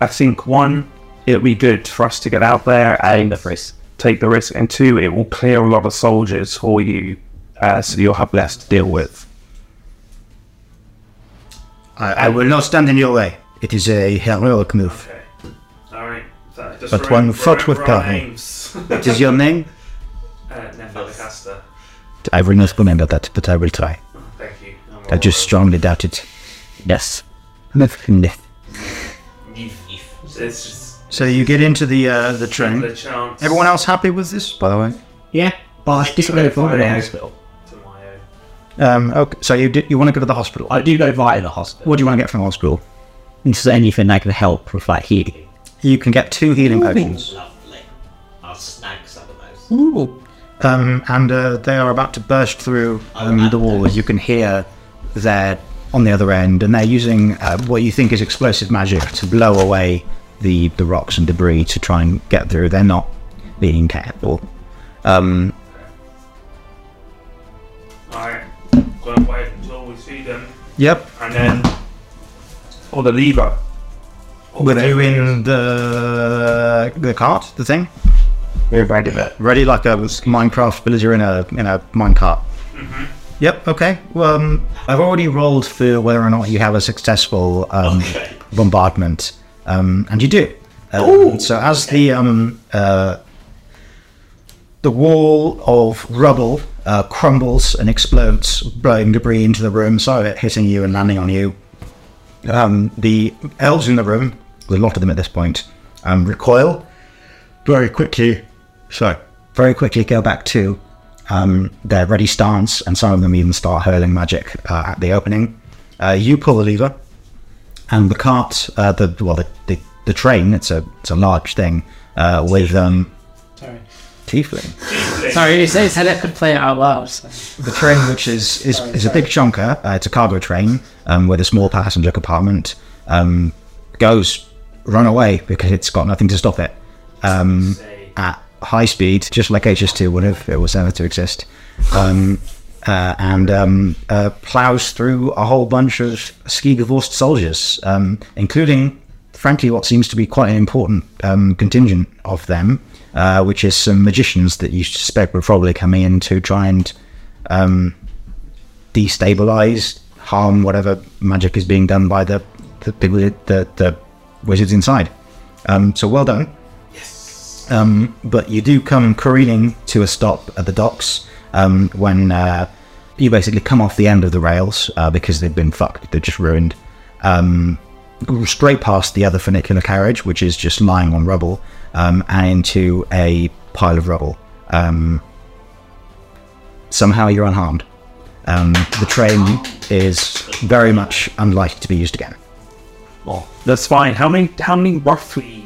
A: I think one, it'll be good for us to get out there and take the risk. and two, it will clear a lot of soldiers for you, uh, so you'll have less to deal with.
L: I, I will not stand in your way. It is a heroic move.
B: All right. So just
L: But
B: roll-
L: one fought
B: roll-
L: with
B: roll
L: power.
B: names.
L: What is your name?
B: Uh, Nephilicasta.
L: I will not remember that, but I will try.
B: Thank you. I'm
L: I just strongly doubt it.
H: Yes.
B: It's just
G: So you get into the uh, the train.
B: a chance.
G: Everyone else happy with this, by the way?
H: Yeah, but it's different from the
G: hospital. Um, okay, so you did, you want to go to the hospital?
H: I do go via the hospital.
G: What do you want to get from the hospital?
H: Is there anything that can help with like healing?
G: You can get two healing potions.
I: Lovely. I'll snag some of those.
G: Um, and uh, they are about to burst through um, the wall. You can hear they're on the other end, and they're using uh, what you think is explosive magic to blow away the, the rocks and debris to try and get through. They're not being careful. Um,
B: All right. Gonna wait until we see them,
G: yep.
B: and then
A: Or the lever.
G: Were you in the the cart, the thing?
A: We're ready it.
G: Ready like a Minecraft villager in a in a minecart.
A: Mm-hmm.
G: Yep. Okay. Well, um, I've already rolled for whether or not you have a successful um, bombardment, um, and you do. Um, So as the um, uh, the wall of rubble uh, crumbles and explodes, blowing debris into the room, some of it hitting you and landing on you. Um, the elves in the room, there's a lot of them at this point, um, recoil very quickly. So very quickly go back to um, their ready stance, and some of them even start hurling magic uh, at the opening. Uh, you pull the lever, and the cart, uh, the well, the, the, the train. It's a it's a large thing uh, with um,
D: Sorry.
G: tiefling.
D: Sorry, you say Helen could play it out loud. so-
G: The train, which is is,
D: Sorry,
G: is a big chonker, uh, it's a cargo train um, with a small passenger compartment, um, goes run away because it's got nothing to stop it um, at high speed, just like HS2 would have if it was ever to exist, um, uh, and um, uh, plows through a whole bunch of ski divorced soldiers, um, including, frankly, what seems to be quite an important um, contingent of them, uh, which is some magicians that you suspect were probably coming in to try and um, destabilize, harm whatever magic is being done by the the people, the the wizards inside. Um, so well done. Yes. Um, but you do come careening to a stop at the docks um, when uh, you basically come off the end of the rails uh, because they've been fucked. They're just ruined. Um, straight past the other funicular carriage, which is just lying on rubble, um, and into a pile of rubble. Um, somehow you're unharmed. Um, the train is very much unlikely to be used again.
A: Well, that's fine. How many? How many roughly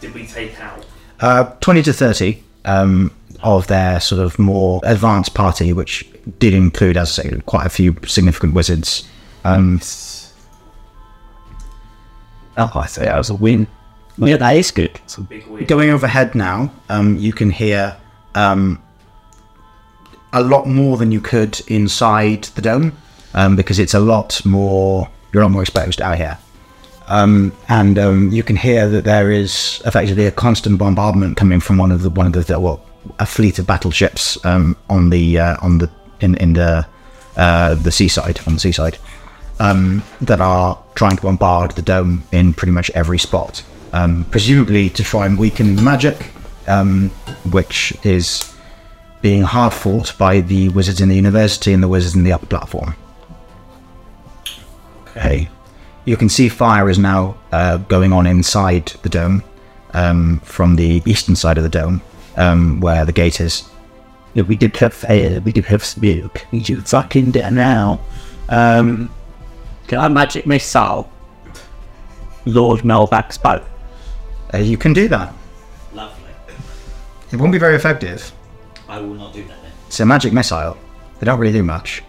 A: did we take out?
G: Uh, 20 to 30 um, of their sort of more advanced party, which did include, as I say, quite a few significant wizards. Um, oh, I thought that was a win.
H: Yeah, that is good. It's
A: a big win.
G: Going overhead now, um, you can hear um, a lot more than you could inside the dome um, because it's a lot more, you're a lot more exposed out here. Um, and um, you can hear that there is effectively a constant bombardment coming from one of the one of the, the well, a fleet of battleships um, on the uh, on the in in the uh, the seaside on the seaside um, that are trying to bombard the dome in pretty much every spot, um, presumably to try and weaken the magic, um, which is being hard fought by the wizards in the university and the wizards in the upper platform. Okay. You can see fire is now uh, going on inside the dome um, from the eastern side of the dome um, where the gate is.
H: Yeah, we did have fire, we did have smoke. You fucking there now. Um, can I magic missile? Lord Melback's boat.
G: Uh, you can do that.
I: Lovely.
G: It won't be very effective.
I: I will not do that then.
G: It's a magic missile. They don't really do much.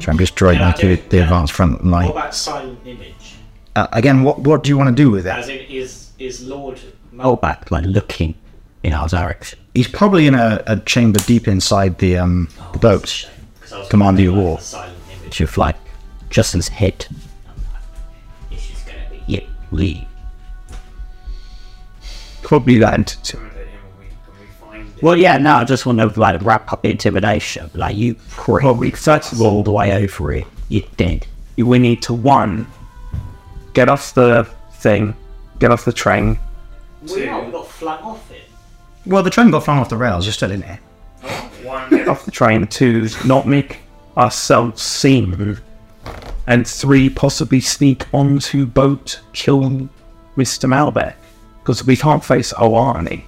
G: Try and destroy
I: Can I
G: now
I: do
G: to
I: it?
G: the advanced front
I: What
G: line.
I: about silent image?
G: Uh, again, what what do you want to do with that?
I: As in, is is Lord
G: Oh.
H: Melback, like looking in our direction.
G: He's probably in a, a chamber deep inside the um the boat.
I: ourselves.
H: Commander,
I: like,
H: you all.
I: a Silent image.
H: It's your flight. Justin's head.
I: It's just gonna be.
H: Yeah, leave. Probably that. into- Well, yeah, no, I just want to like wrap up intimidation. Like you prick. Well, we all the way over it. You're dead.
A: We need to one, get off the thing, get off the train.
I: We are. We got flung off it.
A: Well, the train got flung off the rails. You're still in it. One, get off the train. Two, not make ourselves seen. And three, possibly sneak onto boat, kill Mr. Malbec because we can't face our army.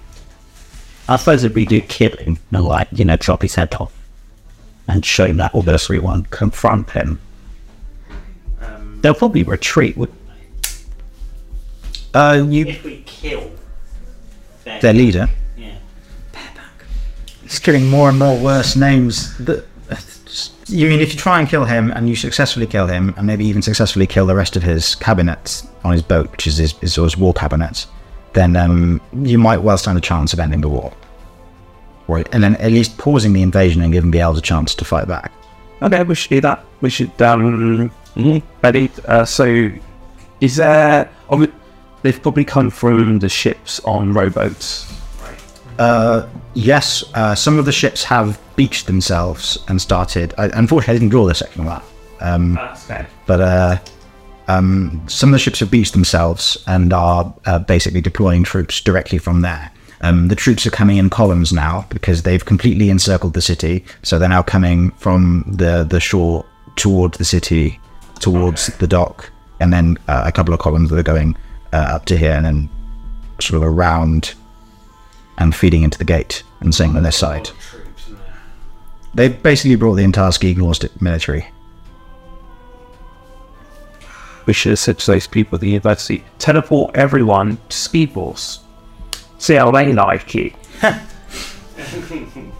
H: I suppose if we do kill him, no, like you know, chop his head off and show him that observatory one, confront him. They'll probably retreat. Would Oh,
G: Uh, you
I: If we kill their,
G: Their leader?
I: Yeah.
G: It's killing more and more worse names. That, you mean if you try and kill him and you successfully kill him, and maybe even successfully kill the rest of his cabinet on his boat, which is his, his, his war cabinet, then um, you might well stand a chance of ending the war. Right, and then at least pausing the invasion and giving the elves a chance to fight back.
A: Okay, we should do that. We should. Um, ready? Uh, so, is there? ob- They've probably come from the ships on rowboats.
G: Uh, yes, uh, some of the ships have beached themselves and started. I, unfortunately, I didn't draw this section of that. Um, but uh, um, some of the ships have beached themselves and are uh, basically deploying troops directly from there. Um, the troops are coming in columns now because they've completely encircled the city. So they're now coming from the, the shore towards the city, towards the dock, and then uh, a couple of columns that are going uh, up to here and then sort of around and feeding into the gate and staying on their side. They basically brought the entire ski Gnostic military.
A: We should have said to those people at the university, teleport everyone to speedballs. See how they like it.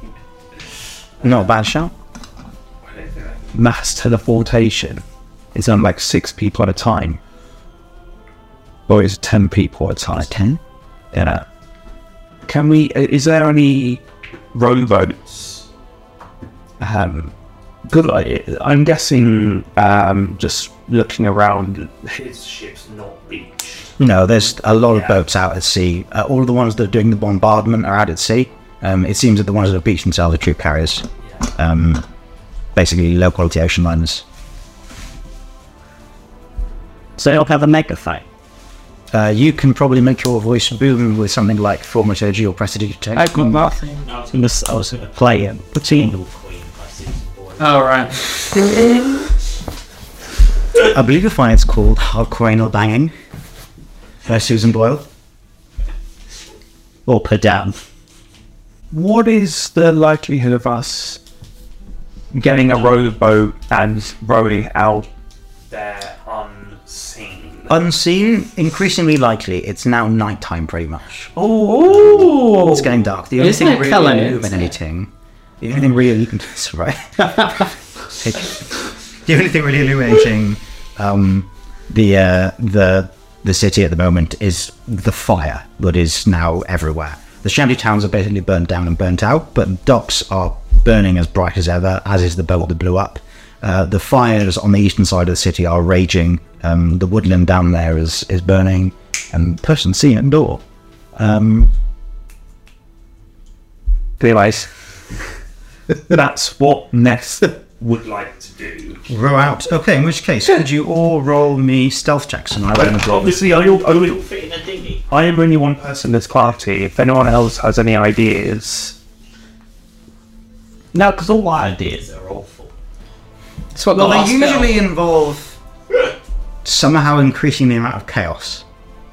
G: Not a bad shout.
A: Mass teleportation is on like six people at a time. Or it's ten people at a time.
G: Ten?
A: Yeah. Can we? i- Is there any rowboats? Um, good. I, I'm guessing. Um, just looking around.
I: His ship's not beached.
G: No, there's a lot of boats out at sea. Uh, all of the ones that are doing the bombardment are out at sea. Um, it seems that the ones that have beached themselves are troop carriers. Um, basically, low quality ocean liners.
H: So they'll have a megaphone.
G: Uh, you can probably make your voice boom with something like Formaturgy or Prestidigitation.
H: I got nothing.
G: I was
H: going to play him. What's he?
D: Oh, right.
G: I believe you'll find it's called Hardcoinal Banging by Susan Boyle.
H: Or per down.
A: What is the likelihood of us getting a rowboat and rowing out?
I: They're unseen.
G: Unseen, increasingly likely. It's now nighttime, pretty much.
D: Oh,
G: it's getting dark. The only
D: Isn't
G: thing
D: it
G: really
D: colour?
G: illuminating, the only thing really you can do is right. the only thing really illuminating um, the uh, the the city at the moment is the fire that is now everywhere. The shanty towns are basically burnt down and burnt out, but docks are burning as bright as ever, as is the boat that blew up. Uh, the fires on the eastern side of the city are raging. Um, the woodland down there is is burning, Um, and person see at door. Um,
A: Anyways, that's what Ness would like to do.
G: Row out. Okay, in which case, could you all roll me stealth checks and I will enjoy this?
A: Obviously, I, I,
I: Fit in a dinghy.
A: I am only one person in this party. If anyone else has any ideas,
H: No, because all our ideas
I: are awful.
D: That's what
G: well,
D: the last
G: they usually involve somehow increasing the amount of chaos.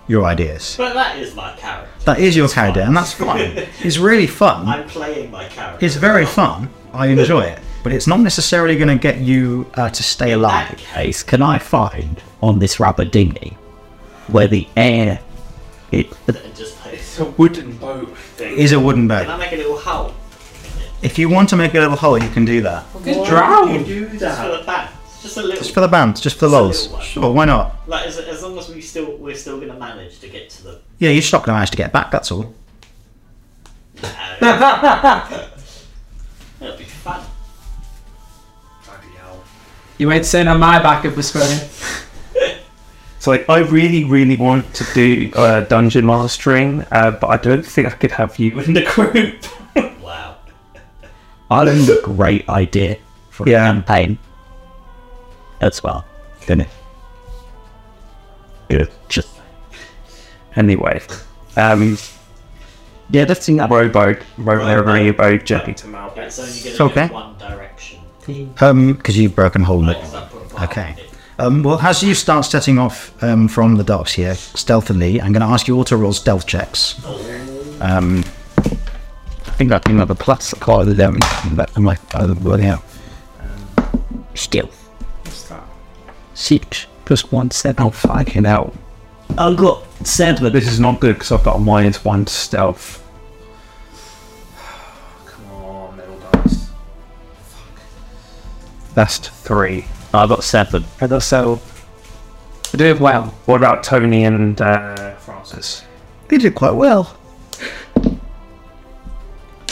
G: Your ideas.
I: But that is my character.
G: That is your character, and that's fine. It's really fun.
I: I'm playing my character.
G: It's very fun. I enjoy it, but it's not necessarily going to get you uh, to stay alive.
H: Case can I find on this rubber dinghy where the air it
I: And just play. It's a wooden boat thing.
G: It is a wooden boat.
I: Can I make a little hull?
G: If you want to make a little hole, you can do that.
I: Why
D: drown.
I: would you Do that. Just for the band. Just
G: Just for the band, just for
I: a little.
G: the lols. Sure, why not?
I: Like as, as long as we still we're still gonna manage to get to the.
G: Yeah, you're just not going to manage to get back. That's all.
I: That'd be fun.
J: You ain't sitting on my back of the square.
A: So like, I really, really want to do uh, dungeon mastering, uh, but I don't think I could have you in the group.
H: I think a great idea for a campaign as well, didn't it? Good. Just
A: anyway. Um,
H: yeah, that's thing.
A: Robo, Robo, Robo, Jackie.
I: It's only going
G: It's
I: to
G: okay.
I: go one direction.
G: Um, because you've broken hold of it. Okay. Um, well, as you start setting off um, from the docks here stealthily, I'm going to ask you all to roll stealth checks. Um, I think that's another plus quite eleven. But I'm like, oh, bloody hell.
H: Stealth. Six plus one seven. Oh, fucking hell. I've got seven.
A: This is not good because I've got a minus one to stealth. That's three.
H: I've got seven.
A: I got seven.
J: I do well.
A: What about Tony and uh, Francis?
G: They did quite well.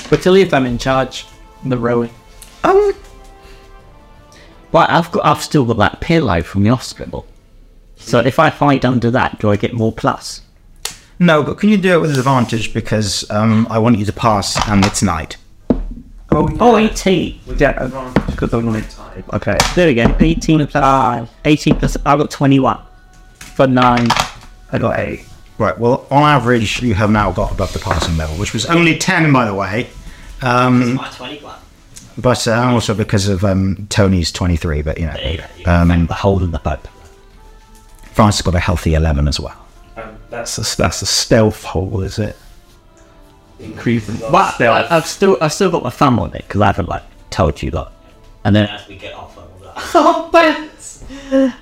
J: But to leave them in charge, the rowing.
G: Um.
H: Well, I've got. I've still got that pillow from the hospital. So if I hide under that, do I get more plus?
G: No, but can you do it with advantage because um, I want you to pass and it's night.
A: Oh,
H: oh 18.
A: Yeah, uh, because I'm not
H: Okay. There we go. 18 plus 18 plus. I got 21. For 9.
A: I got 8.
G: Right, well, on average, you have now got above the passing level, which was only 10, by the way. Um,
I: My 21.
G: But uh, also because of um, Tony's 23, but you know. Um, the
H: hold in the boat.
G: Francis got a healthy 11 as well.
A: That's a, that's a stealth hole, is it? Uh, Increasing.
H: But I, I've still I've still got my thumb on it because I haven't like told you lot. And then
I: As we get off of that.
D: Oh, Beth.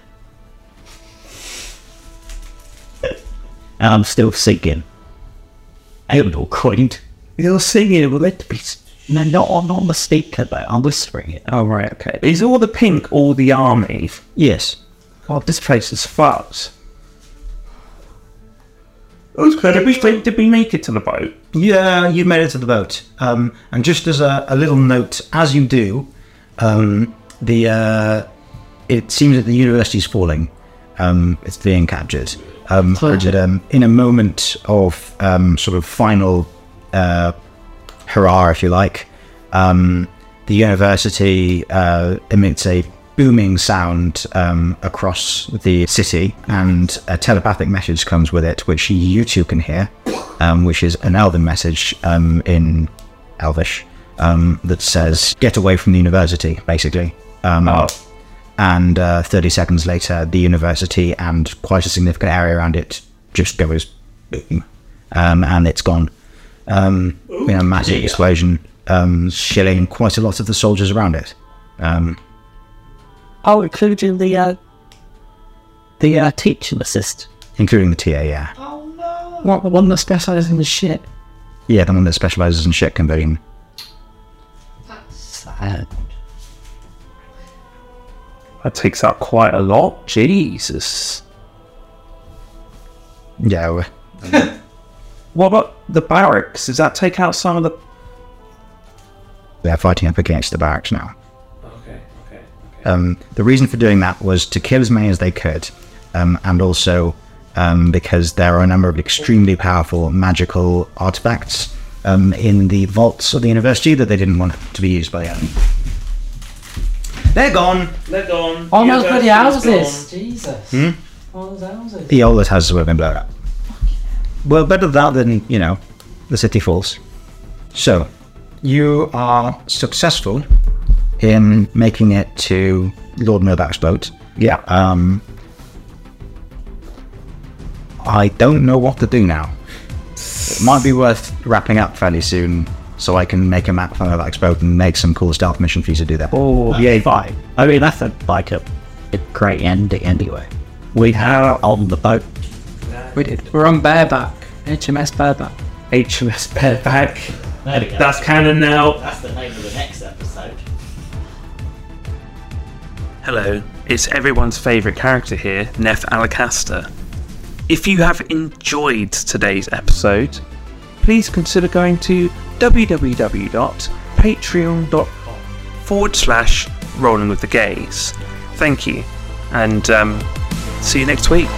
H: and I'm still singing. I'm all coined. You're singing, well, let be. No, not on on the speaker though. I'm whispering it.
A: Oh right, okay. Is all the pink all the army?
H: Yes.
A: God, this place is fucked. Did we, did we make it to the boat?
G: Yeah, you made it to the boat. Um, and just as a, a little note, as you do, um, the uh, it seems that the university is falling. Um, it's being captured. Um, and, um, in a moment of um, sort of final uh, hurrah, if you like, um, the university uh, emits a booming sound um, across the city, and a telepathic message comes with it, which you two can hear, um, which is an Elven message um, in Elvish um, that says, Get away from the university, basically. Um,
A: Oh.
G: And uh, 30 seconds later, the university and quite a significant area around it just goes boom, um, and it's gone um, in a massive explosion, um, shilling quite a lot of the soldiers around it. Um,
H: Oh, including the uh, the uh, teaching assist.
G: including the TA, yeah.
J: What the one that specializes in the shit?
G: Yeah, the one that specializes in shit conversion.
H: Sad.
A: That takes up quite a lot. Jesus.
G: Yeah. we-
A: What about the barracks? Does that take out some of the?
G: They're fighting up against the barracks now.
A: Okay. Okay.
G: Um, the reason for doing that was to kill as many as they could, um, and also um, because there are a number of extremely powerful magical artifacts um, in the vaults of the university that they didn't want to be used by the enemy. They're gone.
A: They're gone.
D: All those Oh, bloody houses. Jesus.
G: Hmm?
D: All those houses.
G: The oldest houses would have been blown up. Well, better that than, you know, the city falls. So, you are successful in making it to Lord Milback's boat.
A: Yeah.
G: Um, I don't know what to do now. It might be worth wrapping up fairly soon so I can make a map for Milback's boat and make some cool stealth mission for you to do that. E
H: Oh, yeah, fine. I mean, that's a, like a, a great ending anyway. We have on the boat.
J: We did. We're on bareback. HMS bareback.
A: HMS bareback.
I: There we go.
A: That's canon now.
I: That's the name of the next episode.
M: Hello, it's everyone's favourite character here, Neff Alacaster. If you have enjoyed today's episode,
A: please consider going to www.patreon.com forward slash rolling with the gays. Thank you, and um, see you next week.